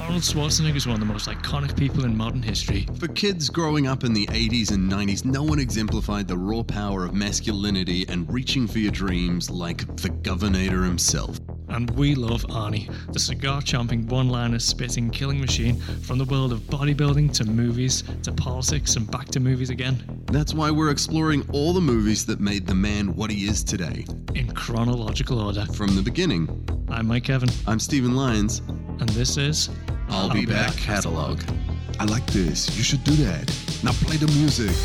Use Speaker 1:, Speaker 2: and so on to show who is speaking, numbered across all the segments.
Speaker 1: Arnold Schwarzenegger is one of the most iconic people in modern history.
Speaker 2: For kids growing up in the 80s and 90s, no one exemplified the raw power of masculinity and reaching for your dreams like the Governator himself.
Speaker 1: And we love Arnie, the cigar chomping, one liner spitting killing machine from the world of bodybuilding to movies to politics and back to movies again
Speaker 2: That's why we're exploring all the movies that made the man what he is today
Speaker 1: in chronological order.
Speaker 2: from the beginning.
Speaker 1: I'm Mike Evan,
Speaker 2: I'm Stephen Lyons.
Speaker 1: and this is
Speaker 2: I'll, be, back, catalog. I like this. You should do that. Now play the music.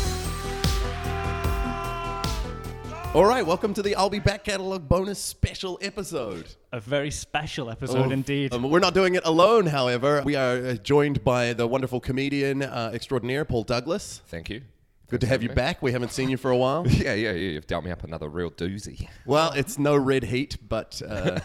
Speaker 3: All right, welcome to the I'll Be Back catalog bonus special episode.
Speaker 4: A very special episode
Speaker 3: Of-
Speaker 4: indeed.
Speaker 3: Um, we're not doing it alone, however. We are uh, joined by the wonderful comedian uh, extraordinaire, Paul Douglas.
Speaker 5: Thank you.
Speaker 3: Good to have you back. We haven't seen you for a while.
Speaker 5: Yeah, yeah, yeah. You've dealt me up another real doozy.
Speaker 3: Well, it's no red heat, but. Uh,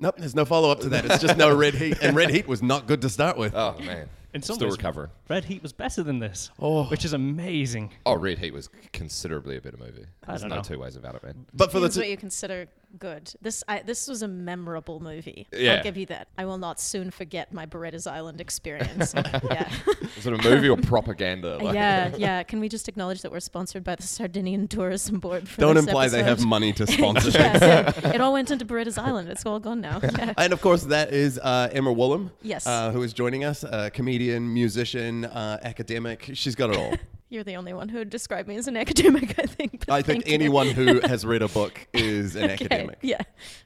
Speaker 3: Nope, there's no follow up to that. It's just no red heat. And red heat was not good to start with.
Speaker 5: Oh man,
Speaker 4: In some
Speaker 5: still
Speaker 4: ways-
Speaker 5: recovering.
Speaker 4: Red Heat was better than this,
Speaker 3: Oh.
Speaker 4: which is amazing.
Speaker 5: Oh, Red Heat was considerably a better movie. There's
Speaker 4: don't
Speaker 5: no
Speaker 4: know.
Speaker 5: two ways about it, man.
Speaker 3: but for the
Speaker 6: Depends
Speaker 3: t-
Speaker 6: what you consider good. This I, this was a memorable movie.
Speaker 5: Yeah.
Speaker 6: I'll give you that. I will not soon forget my Beretta's Island experience. yeah.
Speaker 5: Was it a movie or propaganda? Like,
Speaker 6: yeah, yeah. Can we just acknowledge that we're sponsored by the Sardinian Tourism Board? For
Speaker 3: don't
Speaker 6: this
Speaker 3: imply they have
Speaker 6: episode?
Speaker 3: money to sponsor.
Speaker 6: Yes, it- it all went into Beretta's Island. It's all gone now. Yeah.
Speaker 3: And of course, that is uh, Emma Woolham.
Speaker 6: Yes.
Speaker 3: Uh, who is joining us? Uh, comedian, musician, uh, academic. She's got it all.
Speaker 6: You're the only one who would describe me as an academic. I think. but
Speaker 3: I think
Speaker 6: thank you.
Speaker 3: anyone who has read a book is an
Speaker 6: Okay,
Speaker 3: academic.
Speaker 6: Yeah.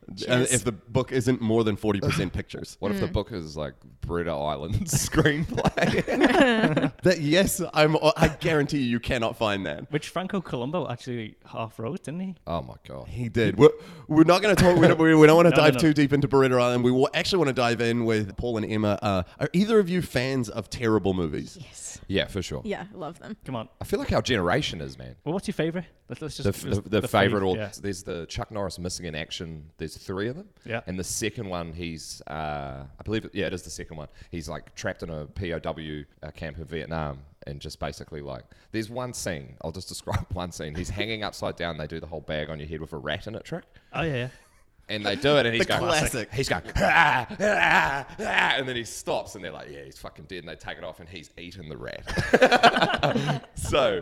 Speaker 3: And
Speaker 6: Cheers.
Speaker 3: if the book isn't more than 40% pictures.
Speaker 5: What
Speaker 6: Mm.
Speaker 5: if the book is like Brita Island screenplay?
Speaker 3: That yes, I'm I guarantee you you cannot find that.
Speaker 4: Which Franco Colombo actually half wrote, didn't he?
Speaker 5: oh my god.
Speaker 3: He did. We're, we're not going to talk. We don't, we don't want to
Speaker 4: No, no,
Speaker 3: dive
Speaker 4: no.
Speaker 3: too deep into Beretta Island. We will actually want to dive in with Paul and Emma. Uh, are either of you fans of terrible movies?
Speaker 6: Yes.
Speaker 5: Yeah, for sure.
Speaker 6: Yeah. Love them.
Speaker 4: Come on.
Speaker 5: I feel like our generation is man.
Speaker 4: Well, what's your favorite? Let's, let's just
Speaker 5: The,
Speaker 4: let's-
Speaker 5: the, the, favorite,
Speaker 4: fav-
Speaker 5: or
Speaker 4: yeah.
Speaker 5: there's the Chuck Norris missing in action. There's three of them.
Speaker 4: Yeah.
Speaker 5: And the second one, he's, uh, I believe, it, yeah, it is the second one. He's like trapped in a POW uh, camp in Vietnam and just basically like, there's one scene. I'll just describe one scene. He's hanging upside down. They do the whole bag on your head with a rat in it trick.
Speaker 4: Oh yeah, yeah.
Speaker 5: And they do it, and he's
Speaker 3: The
Speaker 5: going,
Speaker 3: classic.
Speaker 5: he's going, ah, ah, ah, and then he stops, and they're like, yeah, he's fucking dead. And they take it off, and he's eaten the rat. so,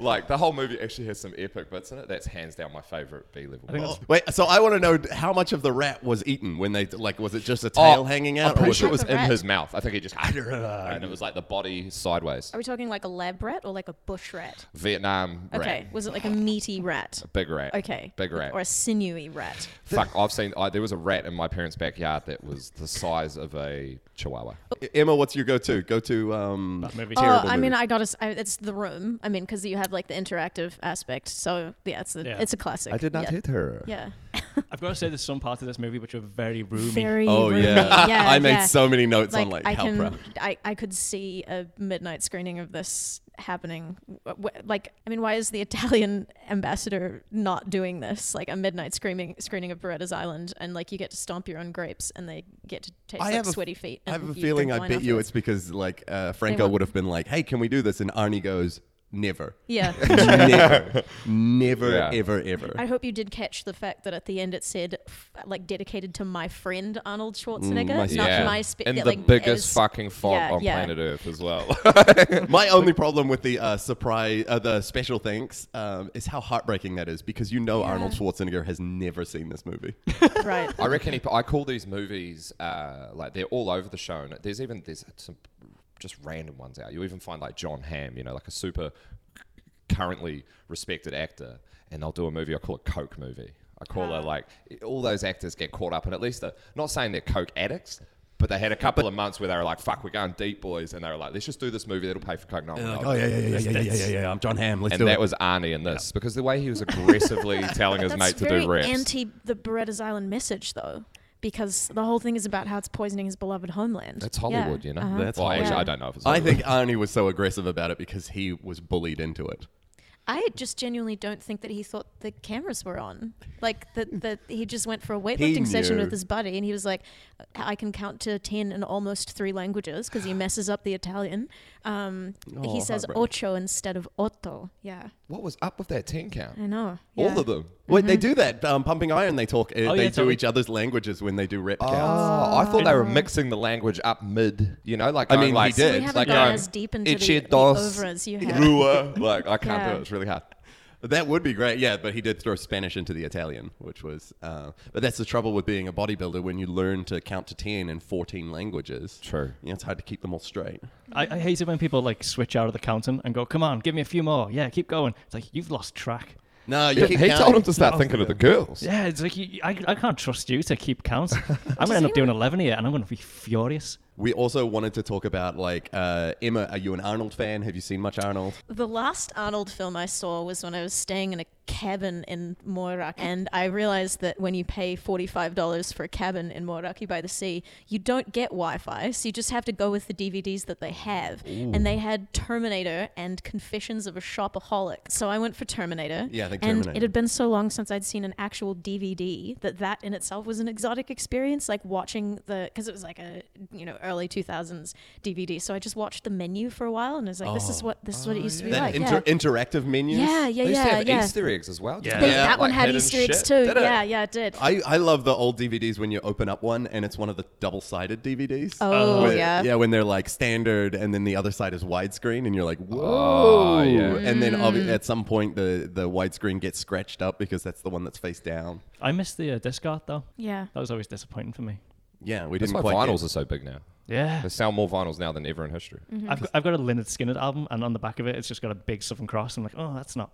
Speaker 5: like, the whole movie actually has some epic bits in it. That's hands down my favorite B level.
Speaker 4: think
Speaker 3: Oh, wait, so I want to know how much of the rat was eaten when they like was it just
Speaker 6: Oh,
Speaker 3: a tail hanging out?
Speaker 5: Oh, I'm pretty
Speaker 3: was
Speaker 5: sure it
Speaker 3: it-
Speaker 5: was
Speaker 6: Like a
Speaker 5: in
Speaker 6: rat.
Speaker 5: his mouth. I think he just, and it was like the body sideways.
Speaker 6: Are we talking like a lab rat or like a bush rat?
Speaker 5: Vietnam rat.
Speaker 6: Okay. Was it like a meaty rat?
Speaker 5: Big rat.
Speaker 6: Okay.
Speaker 5: Big rat.
Speaker 6: Or a sinewy rat.
Speaker 5: Fuck, I've seen, I, there was a rat in my parents' backyard that was the size of a chihuahua.
Speaker 3: E-, Emma, what's your go-to? Go-to um,
Speaker 4: movie.
Speaker 3: terrible
Speaker 6: Oh, I mean,
Speaker 3: movie.
Speaker 6: I gotta. s- I, it's the room. I mean, because you have like the interactive aspect. So yeah, it's the,
Speaker 4: Yeah.
Speaker 6: it's a classic. yeah.
Speaker 5: her.
Speaker 6: Yeah,
Speaker 4: I've got to say, there's some parts of this movie which are very roomy.
Speaker 6: very.
Speaker 3: Oh
Speaker 6: roomy.
Speaker 3: yeah.
Speaker 6: yeah.
Speaker 3: I made
Speaker 6: yeah.
Speaker 3: so many notes
Speaker 6: Like,
Speaker 3: on like
Speaker 6: I
Speaker 3: how
Speaker 6: can.
Speaker 3: proud.
Speaker 6: I I could see a midnight screening of this happening. W- w- Like, I mean, why is the Italian ambassador not doing this? Like a midnight screening screening of Beretta's Island, and like you get to stomp your own grapes, and they get to taste
Speaker 3: I
Speaker 6: like
Speaker 3: have a-
Speaker 6: sweaty feet.
Speaker 3: I have a
Speaker 6: and you
Speaker 3: feeling
Speaker 6: drink
Speaker 3: I
Speaker 6: wine
Speaker 3: bet you
Speaker 6: afterwards.
Speaker 3: it's because like uh, Franco
Speaker 6: want-
Speaker 3: would have been like, "Hey, can we do this?" and Arnie goes, "Never."
Speaker 6: Yeah.
Speaker 3: Never, never,
Speaker 5: Yeah.
Speaker 3: ever, ever.
Speaker 6: I hope you did catch the fact that at the end it said, f- like, dedicated to my friend Arnold Schwarzenegger,
Speaker 3: my
Speaker 6: not
Speaker 5: Mm, Yeah.
Speaker 6: my spe-
Speaker 5: and
Speaker 6: yeah,
Speaker 5: the
Speaker 6: like,
Speaker 5: biggest
Speaker 6: as-
Speaker 5: fucking font
Speaker 6: yeah,
Speaker 5: on
Speaker 6: yeah.
Speaker 5: planet Earth as well.
Speaker 3: My only problem with the uh, surprise, uh, the special thanks, um, is how heartbreaking that is because you know Arnold Schwarzenegger has never seen this movie.
Speaker 6: Right.
Speaker 5: I reckon he, I call these movies uh, like they're all over the show. And there's even there's some just random ones out. You even find like John Hamm, you know, like a super currently respected actor, and they'll do a movie. I call it Coke movie. I call
Speaker 3: Ah.
Speaker 5: it like all those actors get caught up, and at least they're not saying they're Coke addicts. But they had a couple of months where they were like, "Fuck, we're going deep, boys," and they were like, "Let's just do this movie that'll pay for coke." No, no, no."
Speaker 3: Oh, yeah, yeah, yeah, yeah, yeah, yeah, yeah. I'm John Hamm. Let's
Speaker 5: And that was Arnie in this because the way he was aggressively telling his
Speaker 6: That's
Speaker 5: mate to
Speaker 6: very
Speaker 5: do reps.
Speaker 6: anti the Beretta's Island message, though, because the whole thing is about how it's poisoning his beloved homeland.
Speaker 5: That's Hollywood, you know.
Speaker 6: Uh-huh.
Speaker 3: That's
Speaker 5: well, actually,
Speaker 6: Hollywood.
Speaker 5: I don't know if it's.
Speaker 3: I
Speaker 5: Hollywood.
Speaker 3: think Arnie was so aggressive about it because he was bullied into it.
Speaker 6: I just genuinely don't think that he thought the cameras were on. Like that, that he just went for a weightlifting session
Speaker 3: knew.
Speaker 6: with his buddy, and he was like, "I can count to ten in almost three languages because he messes up the Italian." Um,
Speaker 3: Oh,
Speaker 6: he says
Speaker 3: heartbreak.
Speaker 6: "ocho" instead of "otto." Yeah,
Speaker 5: What was up with that ten count?
Speaker 6: I know.
Speaker 5: All of them.
Speaker 3: Wait,
Speaker 6: Mm-hmm.
Speaker 3: they do that. Um, Pumping Iron, they talk. uh
Speaker 4: Oh,
Speaker 3: they
Speaker 4: yeah,
Speaker 3: do
Speaker 4: totally.
Speaker 3: each other's languages when they do rep
Speaker 5: Oh,
Speaker 3: counts.
Speaker 5: I thought they were mixing the language up mid. You know, like
Speaker 3: I
Speaker 5: going
Speaker 3: mean, he
Speaker 5: like,
Speaker 3: did.
Speaker 6: We
Speaker 3: It's
Speaker 6: haven't
Speaker 5: like
Speaker 6: gone
Speaker 5: going,
Speaker 6: as deep into the,
Speaker 5: "Ichi
Speaker 6: the
Speaker 5: dos
Speaker 6: over as you have.
Speaker 5: rua." Like I can't do
Speaker 6: Yeah.
Speaker 5: it. It's really hard.
Speaker 3: That would be great, yeah. But he did throw Spanish into the Italian, which was. Uh, but that's the trouble with being a bodybuilder when you learn to count to ten in fourteen languages.
Speaker 5: True.
Speaker 3: You know, it's hard to keep them all straight.
Speaker 4: I, I hate it when people like switch out of the counting and go, "Come on, give me a few more." Yeah, keep going. It's like you've lost track.
Speaker 3: No, you
Speaker 5: He,
Speaker 3: keep
Speaker 5: he
Speaker 3: counting.
Speaker 5: told him to start thinking of the girls.
Speaker 4: Yeah, it's like you, I, I can't trust you to keep count. I'm gonna end up
Speaker 6: anyone-
Speaker 4: doing eleven here, and I'm gonna be furious.
Speaker 3: We also wanted to talk about like uh, Emma. Are you an Arnold fan? Have you seen much Arnold?
Speaker 6: The last Arnold film I saw was when I was staying in a cabin in Moiraki, and I realized that when you pay forty-five dollars for a cabin in Moiraki by the sea, you don't get Wi-Fi, so you just have to go with the DVDs that they have. And they had Terminator and Confessions of a Shopaholic, so I went for Terminator.
Speaker 3: Yeah, I think
Speaker 6: and
Speaker 3: Terminator.
Speaker 6: it had been so long since I'd seen an actual DVD that that in itself was an exotic experience, like watching the because it was like a you know early two thousands DVD. So I just watched the menu for a while, and I was like, this is
Speaker 4: Oh.
Speaker 6: what this is what it used to be
Speaker 3: That
Speaker 6: like.
Speaker 3: inter-
Speaker 6: yeah.
Speaker 3: interactive menus.
Speaker 5: They
Speaker 6: Yeah, yeah,
Speaker 5: used
Speaker 6: yeah,
Speaker 5: to have
Speaker 6: yeah.
Speaker 5: Easter eggs as well. didn't
Speaker 6: They-
Speaker 5: they?
Speaker 6: that one
Speaker 5: Like
Speaker 6: had
Speaker 5: hidden
Speaker 6: Easter eggs
Speaker 5: shit,
Speaker 6: too.
Speaker 5: did it?
Speaker 6: Yeah, yeah, it did.
Speaker 3: I, I love the old DVDs when you open up one and it's one of the double sided DVDs.
Speaker 6: Oh,
Speaker 3: Where-
Speaker 6: yeah.
Speaker 3: Yeah, when they're like standard and then the other side is widescreen and you're like, whoa.
Speaker 5: Oh, yeah.
Speaker 3: And then obvi-
Speaker 6: Mm.
Speaker 3: at some point the, the widescreen gets scratched up because that's the one that's face down.
Speaker 4: I missed the uh, disc art though.
Speaker 6: yeah.
Speaker 4: That was always disappointing for me.
Speaker 3: Yeah, we
Speaker 5: That's
Speaker 3: didn't
Speaker 5: why
Speaker 3: quite.
Speaker 5: vinyls
Speaker 3: get-
Speaker 5: are so big now.
Speaker 4: Yeah,
Speaker 5: They sell more vinyls now than ever in history.
Speaker 6: Mhm.
Speaker 4: I've got, I've got a Leonard Skinner album, and on the back of it, it's just got a big Southern Cross. I'm like, oh, that's not,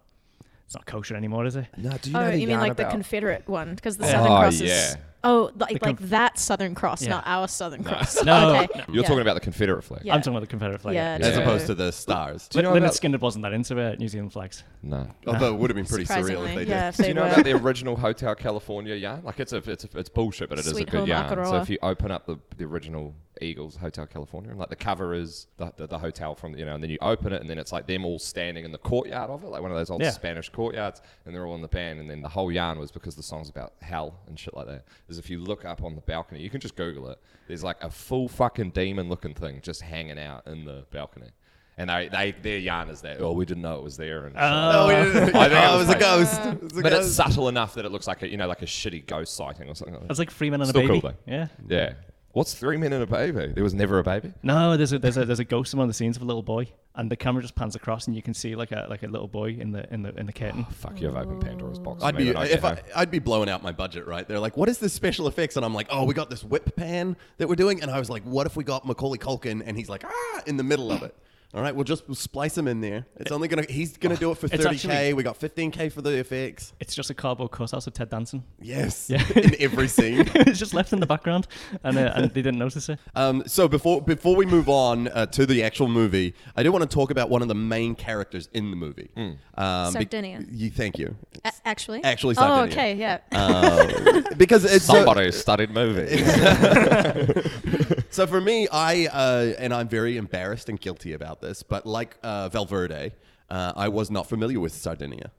Speaker 4: it's not kosher anymore, is it?
Speaker 5: No, do
Speaker 6: oh, you mean like the Confederate one? Because the Southern
Speaker 5: Oh,
Speaker 6: Cross
Speaker 5: yeah.
Speaker 6: is. Oh, like,
Speaker 4: The
Speaker 6: like that Southern Cross,
Speaker 4: Yeah.
Speaker 6: not our Southern Cross.
Speaker 4: No,
Speaker 6: okay.
Speaker 4: no.
Speaker 5: You're
Speaker 6: Yeah.
Speaker 5: talking about the Confederate flag.
Speaker 6: Yeah.
Speaker 4: I'm talking about the Confederate flag.
Speaker 6: Yeah,
Speaker 3: As
Speaker 5: Yeah.
Speaker 3: opposed to the stars.
Speaker 5: Do you know
Speaker 4: Leonard
Speaker 5: about-
Speaker 4: Skinner wasn't that into uh, New Zealand flags.
Speaker 5: No.
Speaker 3: Although it would have been pretty surreal if
Speaker 6: Surprisingly,
Speaker 3: they
Speaker 6: yeah,
Speaker 3: did.
Speaker 6: if
Speaker 5: Do
Speaker 6: they
Speaker 5: you know
Speaker 6: were.
Speaker 5: about the original Hotel California yarn? Like it's a, it's a, it's bullshit, but it is
Speaker 6: Sweet
Speaker 5: a good
Speaker 6: Home
Speaker 5: yarn. So
Speaker 6: Akaroa.
Speaker 5: if you open up the, the original Eagles Hotel California, and like the cover is the, the, the hotel from you know, and then you open it, and then it's like them all standing in the courtyard of it, like one of those old
Speaker 4: Yeah.
Speaker 5: Spanish courtyards, and they're all in the band, and then the whole yarn was because the song's about hell and shit like that. Is if you look up on the balcony, you can just Google it. There's like a full fucking demon looking thing just hanging out in the balcony. And they, they, their yarn is that. Oh, we didn't know it was there. And shit like that.
Speaker 3: No, we didn't.
Speaker 5: I think it
Speaker 3: Oh, it was
Speaker 5: was
Speaker 3: a
Speaker 5: like-
Speaker 3: ghost. It was a
Speaker 5: But it's
Speaker 3: ghost.
Speaker 5: subtle enough that it looks like a you know like a shitty ghost sighting or something. Like that.
Speaker 4: That's like Three Men and
Speaker 5: Still
Speaker 4: a
Speaker 5: cool
Speaker 4: Baby.
Speaker 5: though.
Speaker 4: yeah.
Speaker 5: Yeah. What's three men and a baby? There was never a baby.
Speaker 4: No, there's a there's a there's a ghost in one of the scenes of a little boy, and the camera just pans across, and you can see like a like a little boy in the in the in the curtain.
Speaker 5: Fuck, you've opened Pandora's box.
Speaker 3: I'd be
Speaker 5: mate, when
Speaker 3: if
Speaker 5: get
Speaker 3: I,
Speaker 5: home.
Speaker 3: I'd be blowing out my budget, right? They're like, "What is this special effects?" And I'm like, "Oh, we got this whip pan that we're doing." And I was like, "What if we got Macaulay Culkin?" And he's like, "Ah!" in the middle of it. All right, we'll just we'll splice him in there. It's only gonna he's gonna do it for
Speaker 4: It's
Speaker 3: 30k.
Speaker 4: actually-
Speaker 3: we got 15k for the effects.
Speaker 4: It's just a cardboard cutout of Ted Danson.
Speaker 3: Yes, in every scene.
Speaker 4: it's just left in the background, and uh, and they didn't notice it.
Speaker 3: Um, so before before we move on uh, to the actual movie, I do want to talk about one of the main characters in the movie.
Speaker 4: Hmm.
Speaker 3: Um,
Speaker 6: Sardinia.
Speaker 3: you, thank you.
Speaker 6: A- actually?
Speaker 3: Actually,
Speaker 6: Oh,
Speaker 3: Sardinia.
Speaker 6: okay, yeah.
Speaker 3: Um, because it's so-
Speaker 5: somebody who studied movies.
Speaker 3: So for me, I uh, and I'm very embarrassed and guilty about this, but like uh, Valverde, uh, I was not familiar with Sardinia.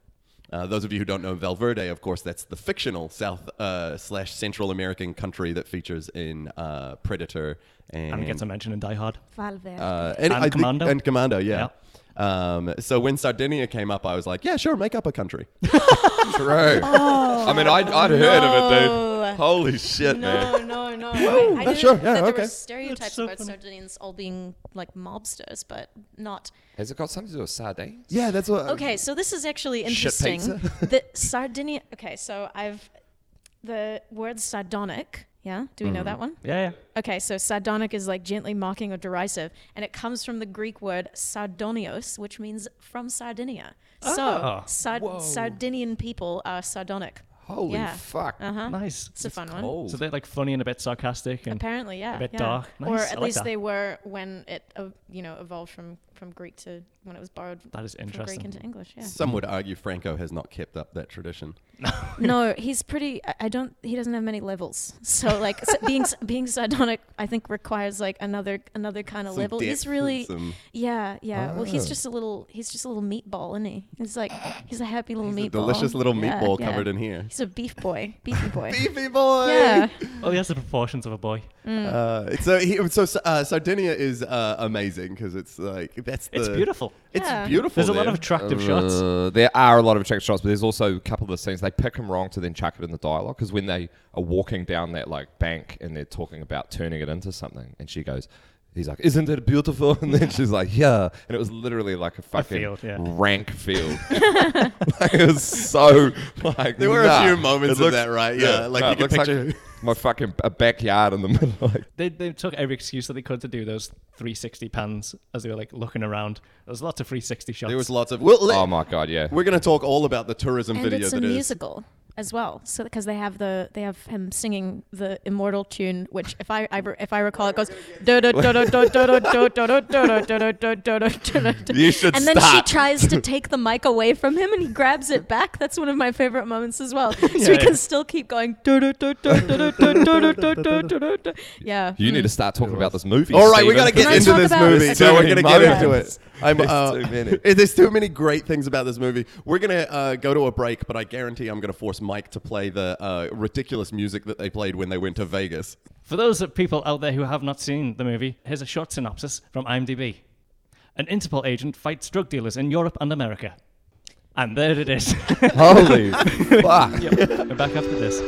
Speaker 3: Uh, those of you who don't know Valverde, of course, that's the fictional South uh, slash Central American country that features in uh, Predator and,
Speaker 4: And it gets a mention in Die Hard.
Speaker 3: uh, and,
Speaker 4: And
Speaker 3: I think-
Speaker 4: Commando?
Speaker 3: and Commando, yeah. Um, so when Sardinia came up, I was like, yeah, sure, make up a country.
Speaker 5: True. I mean, I'd, I'd heard of it,
Speaker 6: Oh, no.
Speaker 5: dude. Holy shit, man.
Speaker 6: No, no, no. I, I
Speaker 3: yeah,
Speaker 6: knew
Speaker 3: sure,
Speaker 6: that
Speaker 3: yeah,
Speaker 6: there
Speaker 3: okay.
Speaker 6: were stereotypes
Speaker 4: That's so
Speaker 6: about
Speaker 4: funny.
Speaker 6: Sardinians all being like mobsters, but not
Speaker 5: Has it got something to do with sardines?
Speaker 3: yeah, that's what.
Speaker 6: Okay, so this is actually
Speaker 5: Shit
Speaker 6: interesting. the Sardinia. Okay, so I've the word sardonic. Yeah, do we know that one?
Speaker 4: Yeah, yeah.
Speaker 6: Okay, so sardonic is like gently mocking or derisive, and it comes from the Greek word sardonios, which means from Sardinia. So
Speaker 4: Ah,
Speaker 6: Sard- Sardinian people are sardonic.
Speaker 5: Holy
Speaker 6: Yeah. Uh-huh.
Speaker 5: fuck.
Speaker 6: Huh?
Speaker 4: Nice.
Speaker 6: It's a fun one.
Speaker 5: cool.
Speaker 4: So they're like funny and a bit sarcastic and
Speaker 6: Apparently, yeah,
Speaker 4: bit
Speaker 6: yeah.
Speaker 4: dark.
Speaker 6: or
Speaker 4: Nice, I
Speaker 6: at
Speaker 4: like
Speaker 6: least
Speaker 4: that.
Speaker 6: they were when it, uh, you know, evolved from from Greek to when it was borrowed
Speaker 4: That is
Speaker 6: from Greek
Speaker 4: interesting.
Speaker 6: into English. Yeah.
Speaker 3: Some would argue Franco has not kept up that tradition.
Speaker 6: no, he's pretty. I- I don't. He doesn't have many levels. So like s- being s- being sardonic, I think requires like another another kind of
Speaker 3: Some
Speaker 6: level.
Speaker 3: depth
Speaker 6: He's
Speaker 3: and
Speaker 6: really.
Speaker 3: some-
Speaker 6: Yeah, yeah.
Speaker 5: Ah.
Speaker 6: Well,
Speaker 4: Oh.
Speaker 6: he's just a little. He's just a little meatball, isn't he? He's like he's a happy little
Speaker 3: He's a
Speaker 6: meatball.
Speaker 3: delicious little
Speaker 6: Yeah,
Speaker 3: meatball
Speaker 6: yeah.
Speaker 3: covered in here.
Speaker 6: He's a beef boy, beefy boy.
Speaker 3: Beefy boy!
Speaker 6: yeah.
Speaker 4: Oh, he has the proportions of a boy.
Speaker 6: Mm.
Speaker 3: Uh, it's so he, so uh, Sardinia is uh, amazing because it's like that's
Speaker 4: It's
Speaker 3: the-
Speaker 4: beautiful.
Speaker 3: It's
Speaker 6: Yeah.
Speaker 3: beautiful.
Speaker 4: There's a lot
Speaker 3: there.
Speaker 4: of attractive shots.
Speaker 5: Uh, there are a lot of attractive shots, but there's also a couple of the scenes they pick them wrong to then chuck it in the dialogue. Because when they are walking down that like bank and they're talking about turning it into something, and she goes, "He's like, isn't it beautiful?" And then she's like, "Yeah," and it was literally like a fucking
Speaker 4: field, yeah.
Speaker 5: rank field. like, it was so like
Speaker 3: There were
Speaker 5: nah.
Speaker 3: a few moments
Speaker 5: It
Speaker 3: of
Speaker 5: looks-
Speaker 3: that, right? Yeah, like
Speaker 5: nah,
Speaker 3: you can
Speaker 5: it looks
Speaker 3: picture.
Speaker 5: like my fucking a backyard in the middle. Like,
Speaker 4: They, they took every excuse that they could to do those 360 pans as they were like looking around. There was lots of 360 shots.
Speaker 3: there was lots of. Well, let-
Speaker 5: oh my god, yeah.
Speaker 3: we're gonna talk all about the tourism
Speaker 6: and
Speaker 3: video
Speaker 6: it's a
Speaker 3: that is.
Speaker 6: musical as well so because they have the they have him singing the immortal tune which if i, I re- if i recall it goes
Speaker 5: You should
Speaker 6: and then she
Speaker 5: stop.
Speaker 6: tries to take the mic away from him and he grabs it back that's one of my favorite moments as well so
Speaker 4: Yeah,
Speaker 6: we
Speaker 4: yeah.
Speaker 6: can still keep going yeah
Speaker 5: You need to start talking about this movie.
Speaker 3: All right, we
Speaker 5: Steven.
Speaker 3: gotta
Speaker 6: Can
Speaker 3: get
Speaker 6: I
Speaker 3: into
Speaker 6: talk
Speaker 3: this
Speaker 6: about-
Speaker 3: movie.
Speaker 6: There's
Speaker 3: So
Speaker 6: too
Speaker 3: we're gonna
Speaker 5: many
Speaker 3: get into
Speaker 5: moments.
Speaker 3: it. I'm,
Speaker 5: There's
Speaker 3: uh,
Speaker 5: too many.
Speaker 3: There's too many great things about this movie. We're gonna uh, go to a break, but I guarantee I'm gonna force Mike to play the uh, ridiculous music that they played when they went to Vegas.
Speaker 4: For those people out there who have not seen the movie, here's a short synopsis from IMDb. An Interpol agent fights drug dealers in Europe and America. And there it is.
Speaker 5: Holy fuck.
Speaker 4: We're back after this.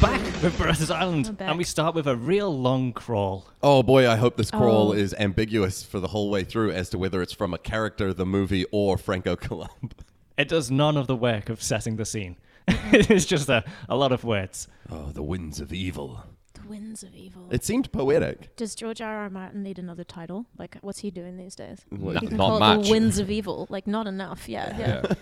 Speaker 4: Back with Brothers Island,
Speaker 6: back.
Speaker 4: and we start with a real long crawl.
Speaker 3: Oh boy, I hope this crawl
Speaker 6: Oh.
Speaker 3: is ambiguous for the whole way through as to whether it's from a character, the movie, or Franco Colombo.
Speaker 4: It does none of the work of setting the scene. it's uh, just a, a lot of words.
Speaker 3: Oh, the winds of evil.
Speaker 6: the winds of evil
Speaker 3: It seemed poetic.
Speaker 6: Does George R. R. Martin need another title? Like, what's he doing these days?
Speaker 5: Well,
Speaker 6: You
Speaker 5: not-
Speaker 6: can
Speaker 5: not
Speaker 6: call It
Speaker 5: much.
Speaker 6: the Winds of Evil. Like, not enough. Yeah, yeah.
Speaker 5: Yeah.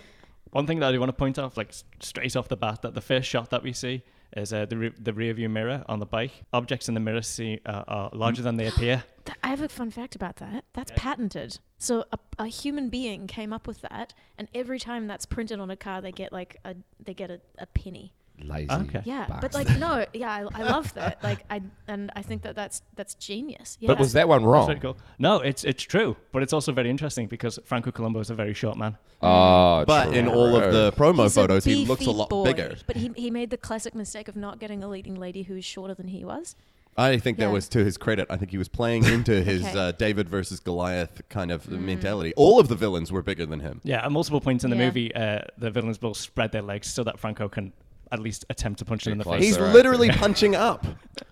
Speaker 4: One thing that I do want to point out, like s- straight off the bat, that the first shot that we see is uh, the re- the rear view mirror on the bike. Objects in the mirror see, uh, are larger than they appear.
Speaker 6: Th- I have a fun fact about that. That's patented. So a, a human being came up with that, and every time that's printed on a car, they get like a they get a, a penny.
Speaker 5: Lazy.
Speaker 4: Okay.
Speaker 6: Yeah, but
Speaker 5: bastard.
Speaker 6: like no, yeah, I, I love that. Like I and I think that that's that's genius. Yeah.
Speaker 5: But was that one
Speaker 4: Very
Speaker 5: wrong?
Speaker 4: cool. No, it's it's true, but it's also very interesting because Franco Colombo is a very short man.
Speaker 5: Oh,
Speaker 3: But in all of the promo
Speaker 6: He's a
Speaker 3: photos, he looks a
Speaker 6: beefy
Speaker 3: lot
Speaker 6: boy,
Speaker 3: bigger.
Speaker 6: But he, he made the classic mistake of not getting a leading lady who was shorter than he was.
Speaker 3: I think that
Speaker 6: Yeah.
Speaker 3: was to his credit. I think he was playing into his
Speaker 6: Okay. Mm.
Speaker 3: uh, David versus Goliath kind of mentality. All of the villains were bigger than him.
Speaker 4: Yeah, at multiple points in the
Speaker 6: Yeah.
Speaker 4: movie, uh, the villains will spread their legs so that Franco can at least attempt to punch him in the
Speaker 5: Get close.
Speaker 4: face.
Speaker 3: He's
Speaker 5: That's all right.
Speaker 3: literally punching up